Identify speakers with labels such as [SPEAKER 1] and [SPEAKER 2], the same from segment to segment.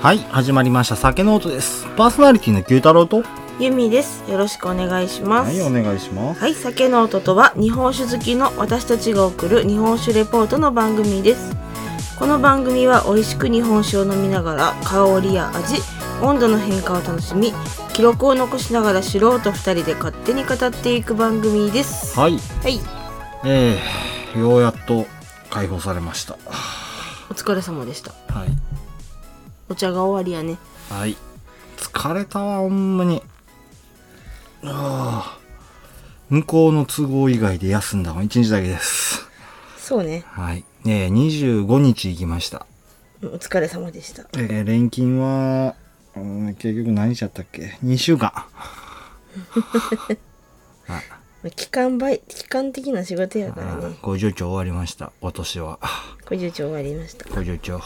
[SPEAKER 1] はい始まりました酒の音ですパーソナリティの九太郎と
[SPEAKER 2] ゆみです。よろしくお願いします。
[SPEAKER 1] はいお願いします
[SPEAKER 2] はい、酒の音とは日本酒好きの私たちが送る日本酒レポートの番組です。この番組は美味しく日本酒を飲みながら香りや味、温度の変化を楽しみ、記録を残しながら素人2人で勝手に語っていく番組です。
[SPEAKER 1] はい
[SPEAKER 2] はい、
[SPEAKER 1] えー、ようやっと解放されました
[SPEAKER 2] お疲れ様でした。
[SPEAKER 1] はい
[SPEAKER 2] お茶が終わりやね。
[SPEAKER 1] はい疲れたわほんまにああ向こうの都合以外で休んだの1日だけです
[SPEAKER 2] そうね。
[SPEAKER 1] はいえー、25日行きました
[SPEAKER 2] お疲れ様でした。
[SPEAKER 1] えー、錬金は、うん、結局何日やったっけ2週間
[SPEAKER 2] 期間倍、期間的な仕事やからね。
[SPEAKER 1] 50兆終わりました今年は
[SPEAKER 2] ご住長終わりました。
[SPEAKER 1] 50兆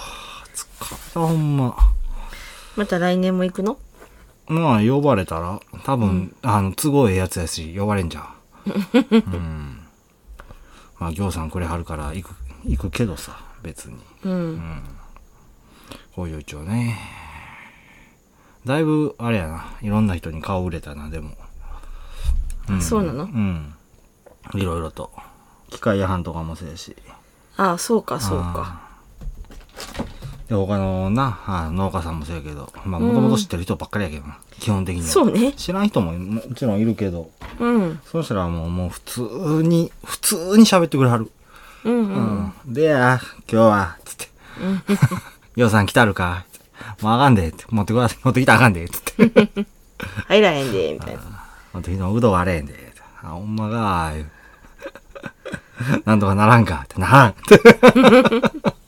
[SPEAKER 1] 疲れたほんま
[SPEAKER 2] また来年も行くの
[SPEAKER 1] まあ呼ばれたら多分、あの都合ええやつやし呼ばれんじゃ んうんまあ行さんくれはるから行く行くけどさ別に
[SPEAKER 2] うん。
[SPEAKER 1] 工場長ねだいぶあれやないろんな人に顔売れたなでも
[SPEAKER 2] そうなの
[SPEAKER 1] うんいろいろと機械違反とかもせえし
[SPEAKER 2] ああそうかそうか
[SPEAKER 1] で他のなあ農家さんもそうやけどまあもともと知ってる人ばっかりやけどな、基本的には
[SPEAKER 2] そうね
[SPEAKER 1] 知らん人ももちろんいるけど
[SPEAKER 2] うん
[SPEAKER 1] そしたらもうもう普通に普通に喋ってくれはる、
[SPEAKER 2] うんう
[SPEAKER 1] うんんでや今日はつって 「ようさん来たるか?」つってもうあかんで」って「持ってください持ってきたらあかんで」つって
[SPEAKER 2] 入らへんでみたいな
[SPEAKER 1] 「持ってきたうどん割れへんで」ってあほんまか ー」言うなんとかならんか」って「ならん」って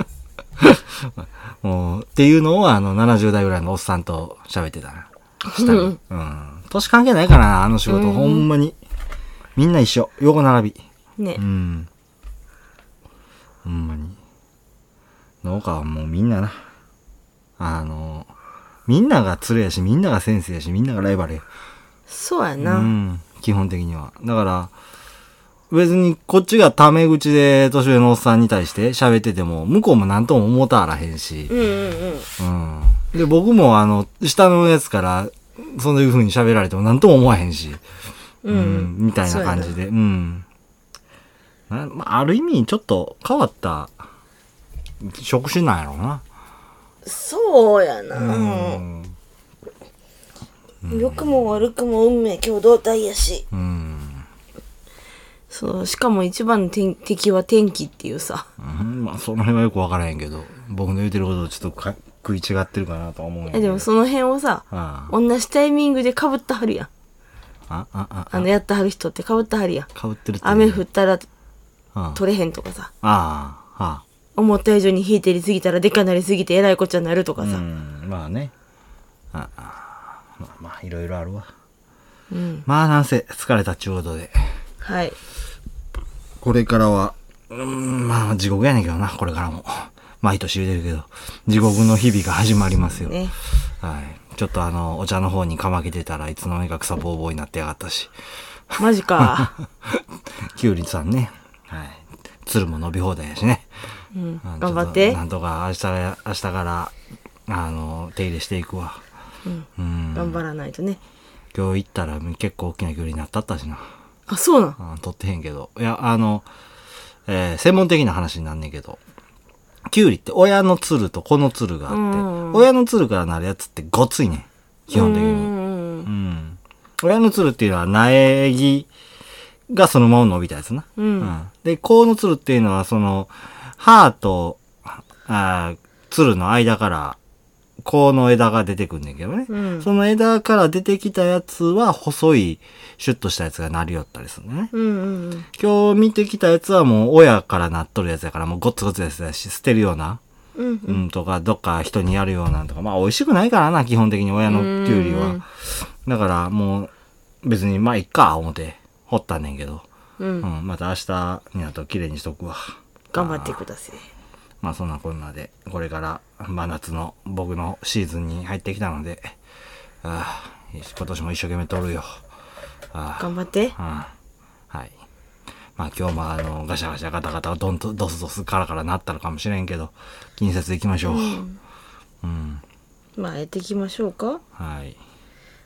[SPEAKER 1] もうっていうのをあの70代ぐらいのおっさんと喋ってたな下 に、うん、年関係ないからなあの仕事、ほんまにみんな一緒横並び
[SPEAKER 2] ね
[SPEAKER 1] うん。ほんまに。農家はもうみんなな。あの、みんなが連れやし、みんなが先生やし、みんながライバルや。
[SPEAKER 2] そうや
[SPEAKER 1] う
[SPEAKER 2] な、
[SPEAKER 1] ん。基本的には。だから、別にこっちがタメ口で年上のおっさんに対して喋ってても、向こうも何とも思たあらへんし。
[SPEAKER 2] うん、うんうん
[SPEAKER 1] うん。で、僕もあの、下のやつから、そんな風に喋られても何とも思わへんし。
[SPEAKER 2] うん
[SPEAKER 1] うんみたいな感じで。うん。なまあ、ある意味、ちょっと変わった職種なんやろうな。
[SPEAKER 2] そうやな、良くも悪くも運命共同体やし
[SPEAKER 1] うん。
[SPEAKER 2] そうしかも一番の天敵は天気っていうさ
[SPEAKER 1] うん、まあ、その辺はよくわからへんけど、僕の言うてることとちょっとか食い違ってるかなとは思うんや
[SPEAKER 2] え
[SPEAKER 1] けど。
[SPEAKER 2] でもその辺をさ
[SPEAKER 1] あ
[SPEAKER 2] 同じタイミングでかぶったはるやん
[SPEAKER 1] あ、あ、あ、
[SPEAKER 2] あ
[SPEAKER 1] あ、
[SPEAKER 2] のやったはる人ってかぶったはるやん
[SPEAKER 1] かぶってるって。
[SPEAKER 2] 雨降ったら
[SPEAKER 1] あ
[SPEAKER 2] 取れへんとかさ
[SPEAKER 1] あ、あ
[SPEAKER 2] 思った以上に引いてりすぎたらでかなりすぎてえらいこっちゃになると
[SPEAKER 1] あ。
[SPEAKER 2] か
[SPEAKER 1] う
[SPEAKER 2] さ、
[SPEAKER 1] ん、まあね。ああ。まあ、まあ、いろいろあるわ。
[SPEAKER 2] うん、
[SPEAKER 1] まあ、なんせ、疲れたっちゅうことで。
[SPEAKER 2] はい
[SPEAKER 1] これからは、うーん、まあ地獄やねんけどな、これからも。毎年言うてるけど、地獄の日々が始まりますよ。
[SPEAKER 2] ね
[SPEAKER 1] はい。ちょっとあの、お茶の方にかまけてたらいつの間にか草ぼうぼうになってやがったし、
[SPEAKER 2] マジか
[SPEAKER 1] きゅうりさんね、はい。つるも伸び放題やしね。
[SPEAKER 2] うん
[SPEAKER 1] あの
[SPEAKER 2] 頑張っ
[SPEAKER 1] ちょ
[SPEAKER 2] て
[SPEAKER 1] となんとか明日が、明日から、あの、手入れしていくわ。
[SPEAKER 2] うん
[SPEAKER 1] うん。
[SPEAKER 2] 頑張らないとね
[SPEAKER 1] 今日行ったら結構大きなきゅうりになったったしな。
[SPEAKER 2] あそうなん
[SPEAKER 1] うん取ってへんけど。いや、あの、えー専門的な話になんねんけど、キュウリって親のつると子のつるがあ
[SPEAKER 2] う
[SPEAKER 1] っ
[SPEAKER 2] ん
[SPEAKER 1] て、親のつるからなるやつってごついねん。基本的
[SPEAKER 2] う
[SPEAKER 1] に。
[SPEAKER 2] ん
[SPEAKER 1] うん。親のつるっていうのは苗木がそのまま伸びたやつな。
[SPEAKER 2] うんうん
[SPEAKER 1] うんで、子のつるっていうのはその、歯と、あーつるの間から、子の枝が出てくんねんけどね。
[SPEAKER 2] うんうん
[SPEAKER 1] その枝から出てきたやつは細い、シュッとしたやつがなりよったりするね。
[SPEAKER 2] うんうん
[SPEAKER 1] 今日見てきたやつはもう親からなっとるやつやからもうゴツゴツやつやし捨てるような、
[SPEAKER 2] うんうん
[SPEAKER 1] うん、とかどっか人にやるようなとかまあ美味しくないからな基本的に親のきゅうり
[SPEAKER 2] うん
[SPEAKER 1] はだからもう別にまあいっか思って掘ったんねんけど、
[SPEAKER 2] う
[SPEAKER 1] うんん、また明日になると綺麗にしとくわ
[SPEAKER 2] 頑張ってください
[SPEAKER 1] まあそんなこんなでこれから真夏の僕のシーズンに入ってきたのでああ今年も一生懸命取るよああ
[SPEAKER 2] 頑張って
[SPEAKER 1] うんはい。まあ今日もあの、ガシャガシャガタガタドンとドスドスカラカラなったのかもしれんけど、近接行きましょう。うん。
[SPEAKER 2] まあやっていきましょうか
[SPEAKER 1] はい。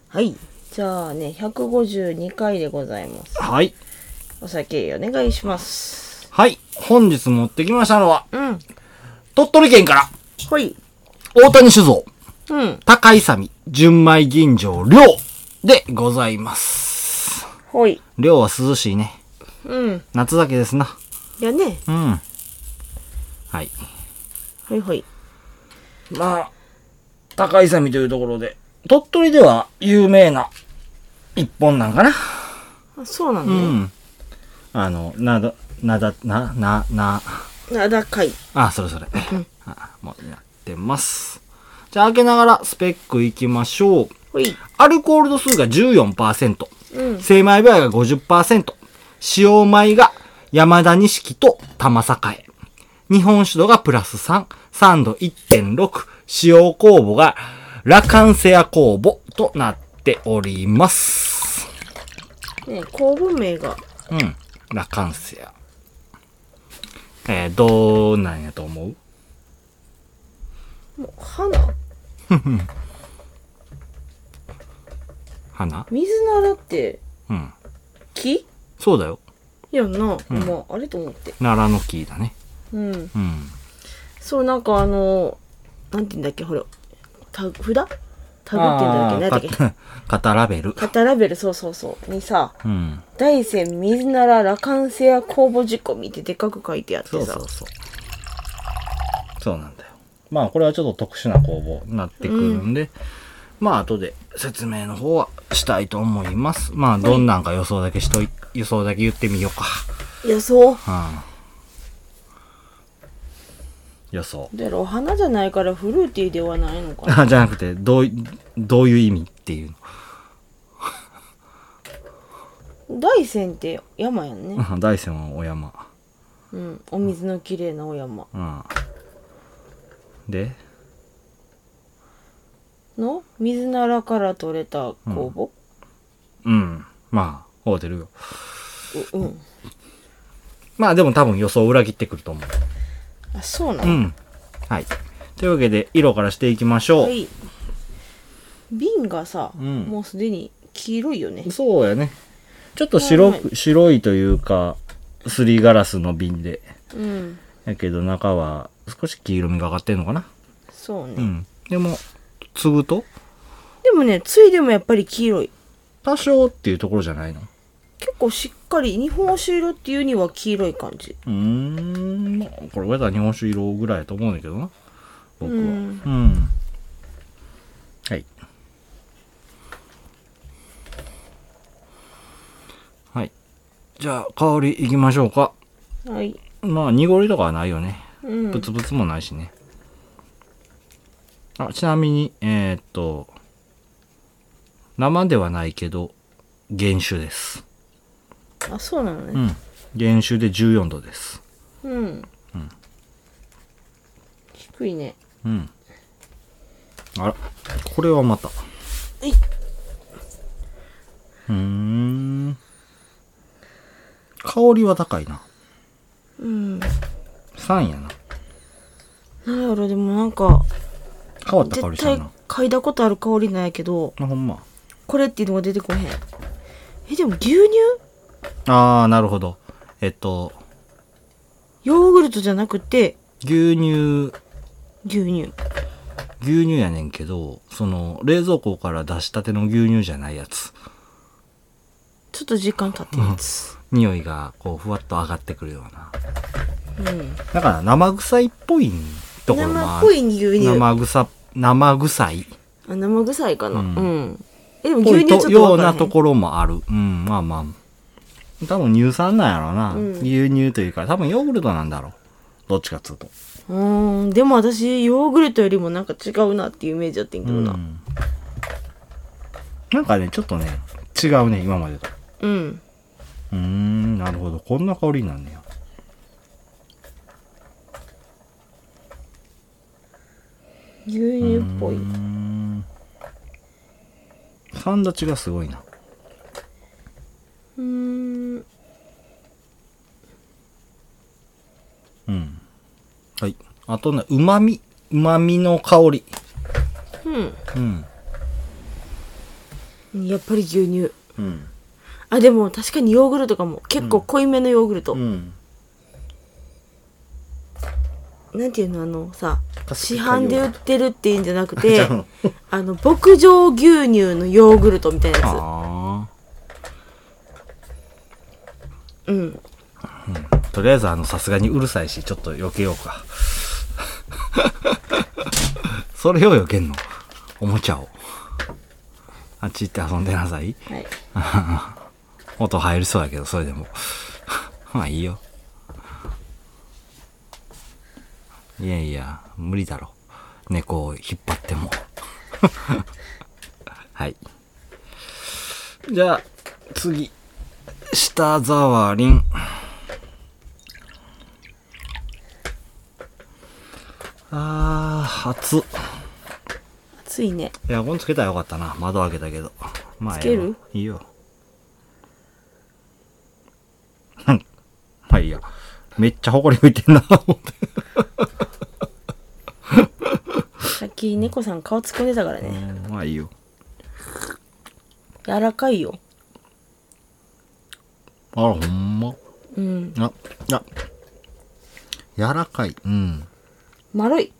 [SPEAKER 2] はいじゃあね152回でございます
[SPEAKER 1] はい。
[SPEAKER 2] お酒お願いします
[SPEAKER 1] はい。本日持ってきましたのは、
[SPEAKER 2] うん
[SPEAKER 1] 鳥取県から、
[SPEAKER 2] ほい
[SPEAKER 1] 大谷酒造、
[SPEAKER 2] うん
[SPEAKER 1] 高井み純米吟醸、量でございます。
[SPEAKER 2] ほい
[SPEAKER 1] 量は涼しいね。
[SPEAKER 2] うん
[SPEAKER 1] 夏だけですな。
[SPEAKER 2] いやね
[SPEAKER 1] うん。はい。
[SPEAKER 2] ほいほい
[SPEAKER 1] まあ、高井みというところで、鳥取では有名な一本なんかな。
[SPEAKER 2] あそうなんだ
[SPEAKER 1] う
[SPEAKER 2] ね、
[SPEAKER 1] ん。あの、なだ、なだ、な、な、な、
[SPEAKER 2] なだかい
[SPEAKER 1] あ、それそ れ。あもうやってます。じゃあ開けながらスペックいきましょう。
[SPEAKER 2] ほい
[SPEAKER 1] アルコール度数が14%、
[SPEAKER 2] うん
[SPEAKER 1] 精米部合が50%、使用米が山田錦と玉栄。日本酒度がプラス3、酸度1.6、使用酵母がラカンセア酵母となっております。
[SPEAKER 2] ね公文名が
[SPEAKER 1] うん。ラカンセア。えー、どうなんやと思う
[SPEAKER 2] もう花
[SPEAKER 1] 花
[SPEAKER 2] 水菜だって
[SPEAKER 1] うん。
[SPEAKER 2] 木
[SPEAKER 1] そうだよ。
[SPEAKER 2] やんな、まああれと思って
[SPEAKER 1] 奈良の木だね。
[SPEAKER 2] うん
[SPEAKER 1] うん。
[SPEAKER 2] そうなんかあのなんて言うんだっけほらタグ札タグって言うんだっけなんだっけ
[SPEAKER 1] あーか 肩ラベル。
[SPEAKER 2] 肩ラベルそうそうそうにさ
[SPEAKER 1] うん。
[SPEAKER 2] 「大山水なら羅漢製や公募事故」見てでかく書いてあってさ
[SPEAKER 1] そうそうそう。そうなんだよ。まあこれはちょっと特殊な工房になってくるんで、まあ後で説明の方はしたいと思います。まあどんなんか予想だけしとい、予想だけ言ってみようか。
[SPEAKER 2] いやそう
[SPEAKER 1] うん、予想。
[SPEAKER 2] だからお花じゃないからフルーティーではないのかな
[SPEAKER 1] あじゃなくて、どうい、どういう意味っていう
[SPEAKER 2] 大山って山やんね
[SPEAKER 1] の。 大山はお山。
[SPEAKER 2] うんお水のきれいなお山
[SPEAKER 1] うん。で、
[SPEAKER 2] の水ならから取れた公募
[SPEAKER 1] うん。まあ、ホうてるよ。
[SPEAKER 2] ううん
[SPEAKER 1] まあでも多分予想を裏切ってくると思う。
[SPEAKER 2] あそうな
[SPEAKER 1] う
[SPEAKER 2] の
[SPEAKER 1] ん。はい。というわけで、色からしていきましょう。
[SPEAKER 2] はい瓶がさ
[SPEAKER 1] うん
[SPEAKER 2] もうすでに黄色いよね
[SPEAKER 1] そうやね。ちょっと白
[SPEAKER 2] はい
[SPEAKER 1] く、白いというか、すりガラスの瓶で。
[SPEAKER 2] うん
[SPEAKER 1] やけど中は少し黄色みがかってんのかな。
[SPEAKER 2] そうね
[SPEAKER 1] うん。でも、継ぐと
[SPEAKER 2] でもねついでもやっぱり黄色い
[SPEAKER 1] 多少っていうところじゃないの
[SPEAKER 2] 結構しっかり日本酒色っていうには黄色い感じ
[SPEAKER 1] うーん。まあこれまだ日本酒色ぐらいやと思うんだけどな。僕は。
[SPEAKER 2] う
[SPEAKER 1] うんん。はい。はい。じゃあ、香りいきましょうか。
[SPEAKER 2] はい
[SPEAKER 1] まあ、濁りとかはないよね。
[SPEAKER 2] うん
[SPEAKER 1] ブツブツもないしね。あ、ちなみに、えーっと、生ではないけど、原酒です。
[SPEAKER 2] あそうなの
[SPEAKER 1] う
[SPEAKER 2] ね
[SPEAKER 1] ん。原酒で14度です。
[SPEAKER 2] うん、低いね
[SPEAKER 1] うん。あら、これはまた。う
[SPEAKER 2] えい
[SPEAKER 1] ーん。香りは高いな。
[SPEAKER 2] うん
[SPEAKER 1] 3やな。
[SPEAKER 2] なんやろでもなんか
[SPEAKER 1] 変わった香り
[SPEAKER 2] 絶
[SPEAKER 1] した
[SPEAKER 2] 対
[SPEAKER 1] な。
[SPEAKER 2] 嗅いだことある香りなんやけど
[SPEAKER 1] あ、ほんま。
[SPEAKER 2] これっていうのが出てこへんえでも牛乳
[SPEAKER 1] あー、なるほど。えっと、
[SPEAKER 2] ヨーグルトじゃなくて
[SPEAKER 1] 牛乳
[SPEAKER 2] 牛乳
[SPEAKER 1] 牛乳やねんけど、その、冷蔵庫から出したての牛乳じゃないやつ。
[SPEAKER 2] ちょっと時間経ってるやつ
[SPEAKER 1] 匂いが、こう、ふわっと上がってくるような。
[SPEAKER 2] うん
[SPEAKER 1] だから、生臭いっぽいところも
[SPEAKER 2] 生
[SPEAKER 1] あ
[SPEAKER 2] っ
[SPEAKER 1] る。
[SPEAKER 2] ぽい牛乳
[SPEAKER 1] 生臭、生臭いっ
[SPEAKER 2] あ生臭いかなう、
[SPEAKER 1] うんん
[SPEAKER 2] えでも
[SPEAKER 1] ぽ
[SPEAKER 2] 牛
[SPEAKER 1] い
[SPEAKER 2] 乳ちょっと
[SPEAKER 1] とよ
[SPEAKER 2] わ
[SPEAKER 1] う
[SPEAKER 2] から
[SPEAKER 1] な
[SPEAKER 2] へん
[SPEAKER 1] ところもある。うん、まあまあ。多分乳酸なんやろうな。
[SPEAKER 2] うん
[SPEAKER 1] 牛乳というか、多分ヨーグルトなんだろう。どっちかっつうと。
[SPEAKER 2] うーんでも私ヨーグルトよりもなんか違うなっていうイメージだったんやけどな
[SPEAKER 1] うんなんかね、ちょっとね、違うね、今までと。
[SPEAKER 2] うん、
[SPEAKER 1] うーん、なるほど。こんな香りになんねや。
[SPEAKER 2] 牛乳っぽい
[SPEAKER 1] 酸立ちがすごいな。
[SPEAKER 2] うーん
[SPEAKER 1] うん。はい。あとね、うまみ。うまみの香り。
[SPEAKER 2] う
[SPEAKER 1] うん。
[SPEAKER 2] うんやっぱり牛乳
[SPEAKER 1] うん。
[SPEAKER 2] あでも確かにヨーグルトかも結構濃いめのヨーグルト、
[SPEAKER 1] うん。
[SPEAKER 2] なんていうのあのさ
[SPEAKER 1] カス
[SPEAKER 2] 市
[SPEAKER 1] ピ海
[SPEAKER 2] 販
[SPEAKER 1] ヨーグルト
[SPEAKER 2] で売ってるっていうんじゃなく
[SPEAKER 1] じ
[SPEAKER 2] て
[SPEAKER 1] ゃあ
[SPEAKER 2] あの牧場牛乳のヨーグルトみたいなや
[SPEAKER 1] あ
[SPEAKER 2] つうん
[SPEAKER 1] あ。とりあえず、あの、さすがにうるさいし、ちょっと避けようか。 それを避けんの。おもちゃを。あっち行って遊んでなさい。
[SPEAKER 2] はい
[SPEAKER 1] 音入りそうだけど、それでも。 まあいいよ。いやいや、無理だろ。猫を引っ張っても。 はい。じゃあ、次。下沢林。あー、暑。
[SPEAKER 2] ついね
[SPEAKER 1] エアコンつけたらよかったな。窓開けたけど。まあ、
[SPEAKER 2] つける
[SPEAKER 1] ええわいいよ。うんまあいいや。めっちゃ埃吹いてんな、思って。
[SPEAKER 2] さっき猫さん顔突っ込んでたからね
[SPEAKER 1] まあいいよ。
[SPEAKER 2] 柔らかいよ
[SPEAKER 1] あら、ほんま。
[SPEAKER 2] うん
[SPEAKER 1] あ、あ。柔らかい。うん。
[SPEAKER 2] 丸い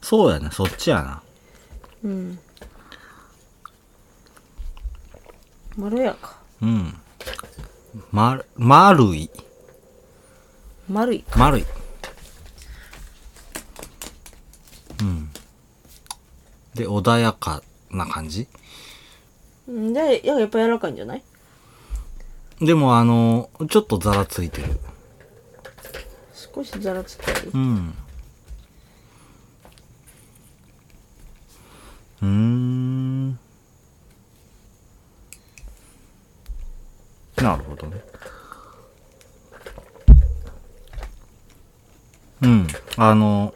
[SPEAKER 1] そうやね、そっちやな。
[SPEAKER 2] うんまろやか
[SPEAKER 1] うん。まる、丸い。
[SPEAKER 2] 丸い
[SPEAKER 1] 丸い。うん。で、穏やかな感じ
[SPEAKER 2] うんでやっぱ柔らかいんじゃない
[SPEAKER 1] でもあの、ちょっとザラついてる。
[SPEAKER 2] 少しざらつったり
[SPEAKER 1] うん。うーん。なるほどね。うん。あの、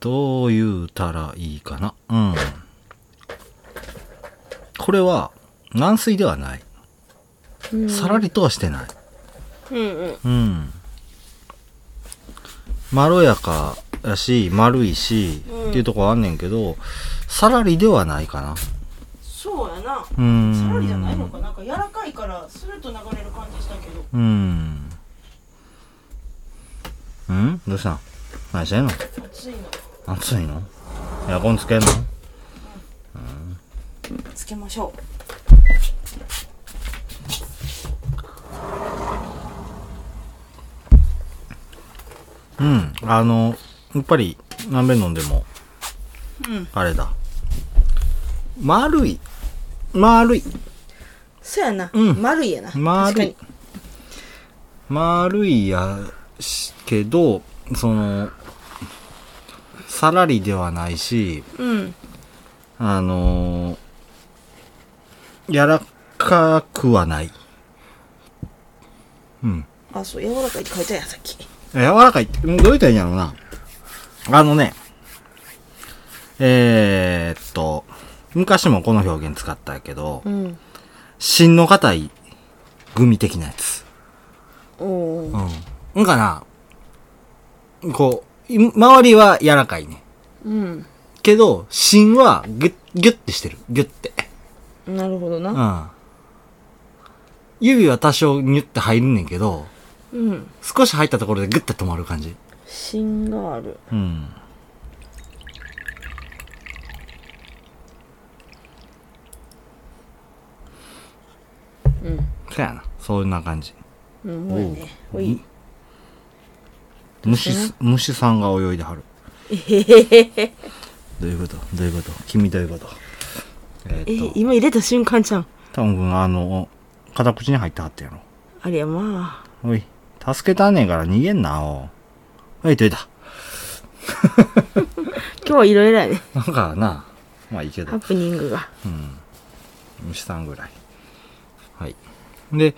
[SPEAKER 1] どう言うたらいいかな。うん。これは、軟水ではない。
[SPEAKER 2] うん
[SPEAKER 1] さらりとはしてない。
[SPEAKER 2] うんうん
[SPEAKER 1] うん。まろやかやし、丸いし、
[SPEAKER 2] うん
[SPEAKER 1] っていうところあんねんけど、さらりではないかな。
[SPEAKER 2] そうやな
[SPEAKER 1] うん。
[SPEAKER 2] サラリじゃないのかなんか柔らかいからスルッと流れる感じしたけど
[SPEAKER 1] うん。うんどうしたん何してんの
[SPEAKER 2] 暑いの
[SPEAKER 1] 暑いのエアコンつけんの
[SPEAKER 2] つけましょう
[SPEAKER 1] うん。あの、やっぱり、何べん飲んでも、
[SPEAKER 2] うん
[SPEAKER 1] あれだ。丸い。丸い。
[SPEAKER 2] そうやな、
[SPEAKER 1] うん
[SPEAKER 2] 丸いやな
[SPEAKER 1] 丸い
[SPEAKER 2] 確か
[SPEAKER 1] 丸いやしけどそのさらりではないし
[SPEAKER 2] にうん
[SPEAKER 1] あのー柔らかくはないうん
[SPEAKER 2] あそう柔らかいって書いたやんさっき
[SPEAKER 1] 柔らかいって、んどう言ったらいいんやろうな。あのね、えー、っと、昔もこの表現使ったけど、
[SPEAKER 2] うん
[SPEAKER 1] 芯の硬いグミ的なやつ。
[SPEAKER 2] おお
[SPEAKER 1] うん。んかな、こう、い周りは柔らかいね。
[SPEAKER 2] うん
[SPEAKER 1] けど、芯はギュッ、ギュッてしてる。ギュッて。
[SPEAKER 2] なるほど
[SPEAKER 1] う。
[SPEAKER 2] なん
[SPEAKER 1] 指は多少ニュッて入るねんけど、
[SPEAKER 2] うん
[SPEAKER 1] 少し入ったところでギュッて止まる感じ。
[SPEAKER 2] 芯がある
[SPEAKER 1] うん。
[SPEAKER 2] う
[SPEAKER 1] そやな。そんな感じ。
[SPEAKER 2] んうんもうねほい
[SPEAKER 1] 虫す、虫さんが泳いでは る。どういうことどういうこと君どういうことえ
[SPEAKER 2] え
[SPEAKER 1] ーっと、
[SPEAKER 2] 今入れた瞬間じゃん
[SPEAKER 1] たぶん、あの、片口に入ってはったやろ。
[SPEAKER 2] あれやまあ
[SPEAKER 1] おい、助けたんねんから逃げんな、おう。はい、どいた。
[SPEAKER 2] 今日はいろいろやね
[SPEAKER 1] なんかな、まあいいけど
[SPEAKER 2] ハ、プニングが
[SPEAKER 1] 虫さんぐらい。はい。で、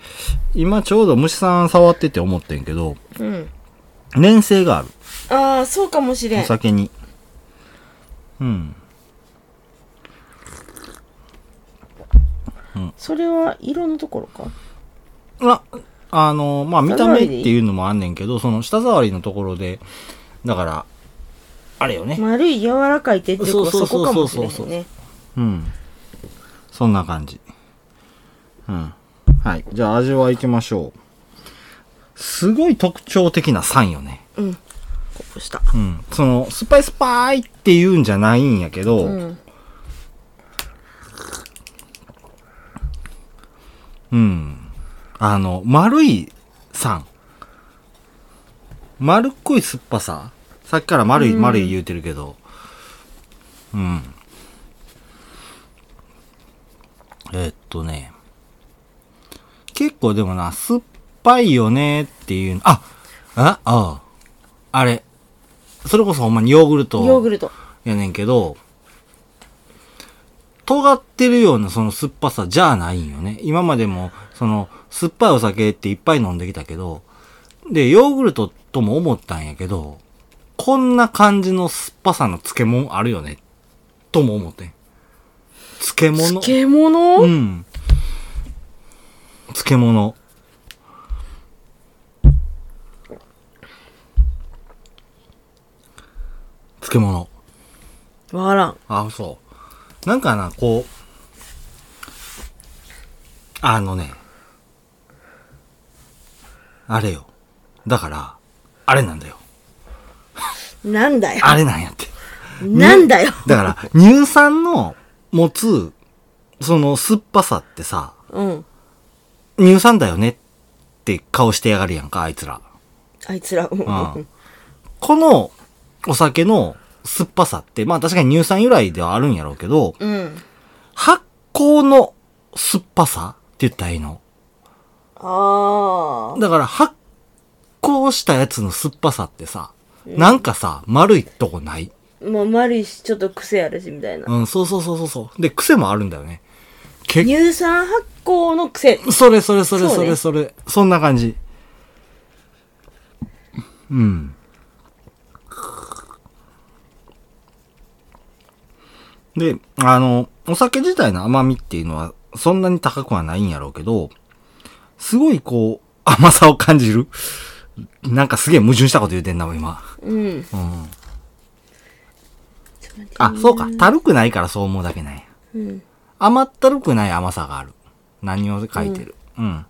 [SPEAKER 1] 今ちょうど虫さん触ってて思ってんけど、
[SPEAKER 2] うん
[SPEAKER 1] 粘性がある。
[SPEAKER 2] ああそうかもしれ
[SPEAKER 1] お
[SPEAKER 2] ん
[SPEAKER 1] 酒に。うん。
[SPEAKER 2] それは色のところか
[SPEAKER 1] あ、あの、まあ、見た
[SPEAKER 2] 舌
[SPEAKER 1] 目
[SPEAKER 2] 触
[SPEAKER 1] っ
[SPEAKER 2] りでいい
[SPEAKER 1] ていうのもあんねんけど、その舌触りのところで、だから、あれよね。
[SPEAKER 2] 丸い柔らかいってっていうか
[SPEAKER 1] そうそうそう
[SPEAKER 2] そこかもし
[SPEAKER 1] そ
[SPEAKER 2] れ
[SPEAKER 1] うそうそ
[SPEAKER 2] な
[SPEAKER 1] う
[SPEAKER 2] いね
[SPEAKER 1] うん。そんな感じ。うん。はい。じゃあ味はいきましょう。すごい特徴的な酸よね。
[SPEAKER 2] うんこうした
[SPEAKER 1] うん。その、スパイスパーイって言うんじゃないんやけど、
[SPEAKER 2] うん
[SPEAKER 1] うん。あの、丸い酸。丸っこい酸っぱさ。さっきから丸い、丸い言うてるけど。うん。えっとね。結構でもな、酸っぱいよねっていうの。ああああ。あれ。それこそほんまにヨーグルト。
[SPEAKER 2] ヨーグルト
[SPEAKER 1] やねんけど、尖ってるようなその酸っぱさじゃないんよね。今までも、その、酸っぱいお酒っていっぱい飲んできたけど、で、ヨーグルトとも思ったんやけど、こんな感じの酸っぱさの漬物あるよね。とも思ってん。漬物。
[SPEAKER 2] 漬物、
[SPEAKER 1] うん。漬物。漬物。
[SPEAKER 2] わからん
[SPEAKER 1] あ、そう。なんかな、こう、あのね、あれよ。だから、あれなんだよ。
[SPEAKER 2] なんだよ
[SPEAKER 1] あれなんやって。
[SPEAKER 2] なんだよ
[SPEAKER 1] だから、乳酸の持つ、その酸っぱさってさ、
[SPEAKER 2] うん
[SPEAKER 1] 乳酸だよねって顔してやがるやんか、あいつら。
[SPEAKER 2] あいつら、うん
[SPEAKER 1] うん。このお酒の酸っぱさって、まあ確かに乳酸由来ではあるんやろうけど、
[SPEAKER 2] うん。
[SPEAKER 1] 発酵の酸っぱさって言ったらいいの。
[SPEAKER 2] ああ。
[SPEAKER 1] だから発酵したやつの酸っぱさってさ、なんかさ、丸いとこない。
[SPEAKER 2] まあ、丸いし、ちょっと癖あるし、みたいな。
[SPEAKER 1] うん、そうそうそうそうそう。で、癖もあるんだよね。結
[SPEAKER 2] 乳酸発酵の癖。
[SPEAKER 1] それそれそれ
[SPEAKER 2] そ
[SPEAKER 1] そう
[SPEAKER 2] ね
[SPEAKER 1] れそれ、そんな感じ。うん。で、あの、お酒自体の甘みっていうのはそんなに高くはないんやろうけど、すごいこう、甘さを感じる。なんかすげえ矛盾したこと言うてんな、もう今。
[SPEAKER 2] うん。
[SPEAKER 1] うん。
[SPEAKER 2] ちょっと待って
[SPEAKER 1] あ、そうか。たるくないからそう思うだけなんや。
[SPEAKER 2] うん。
[SPEAKER 1] 甘ったるくない甘さがある。何を書いてる。うん。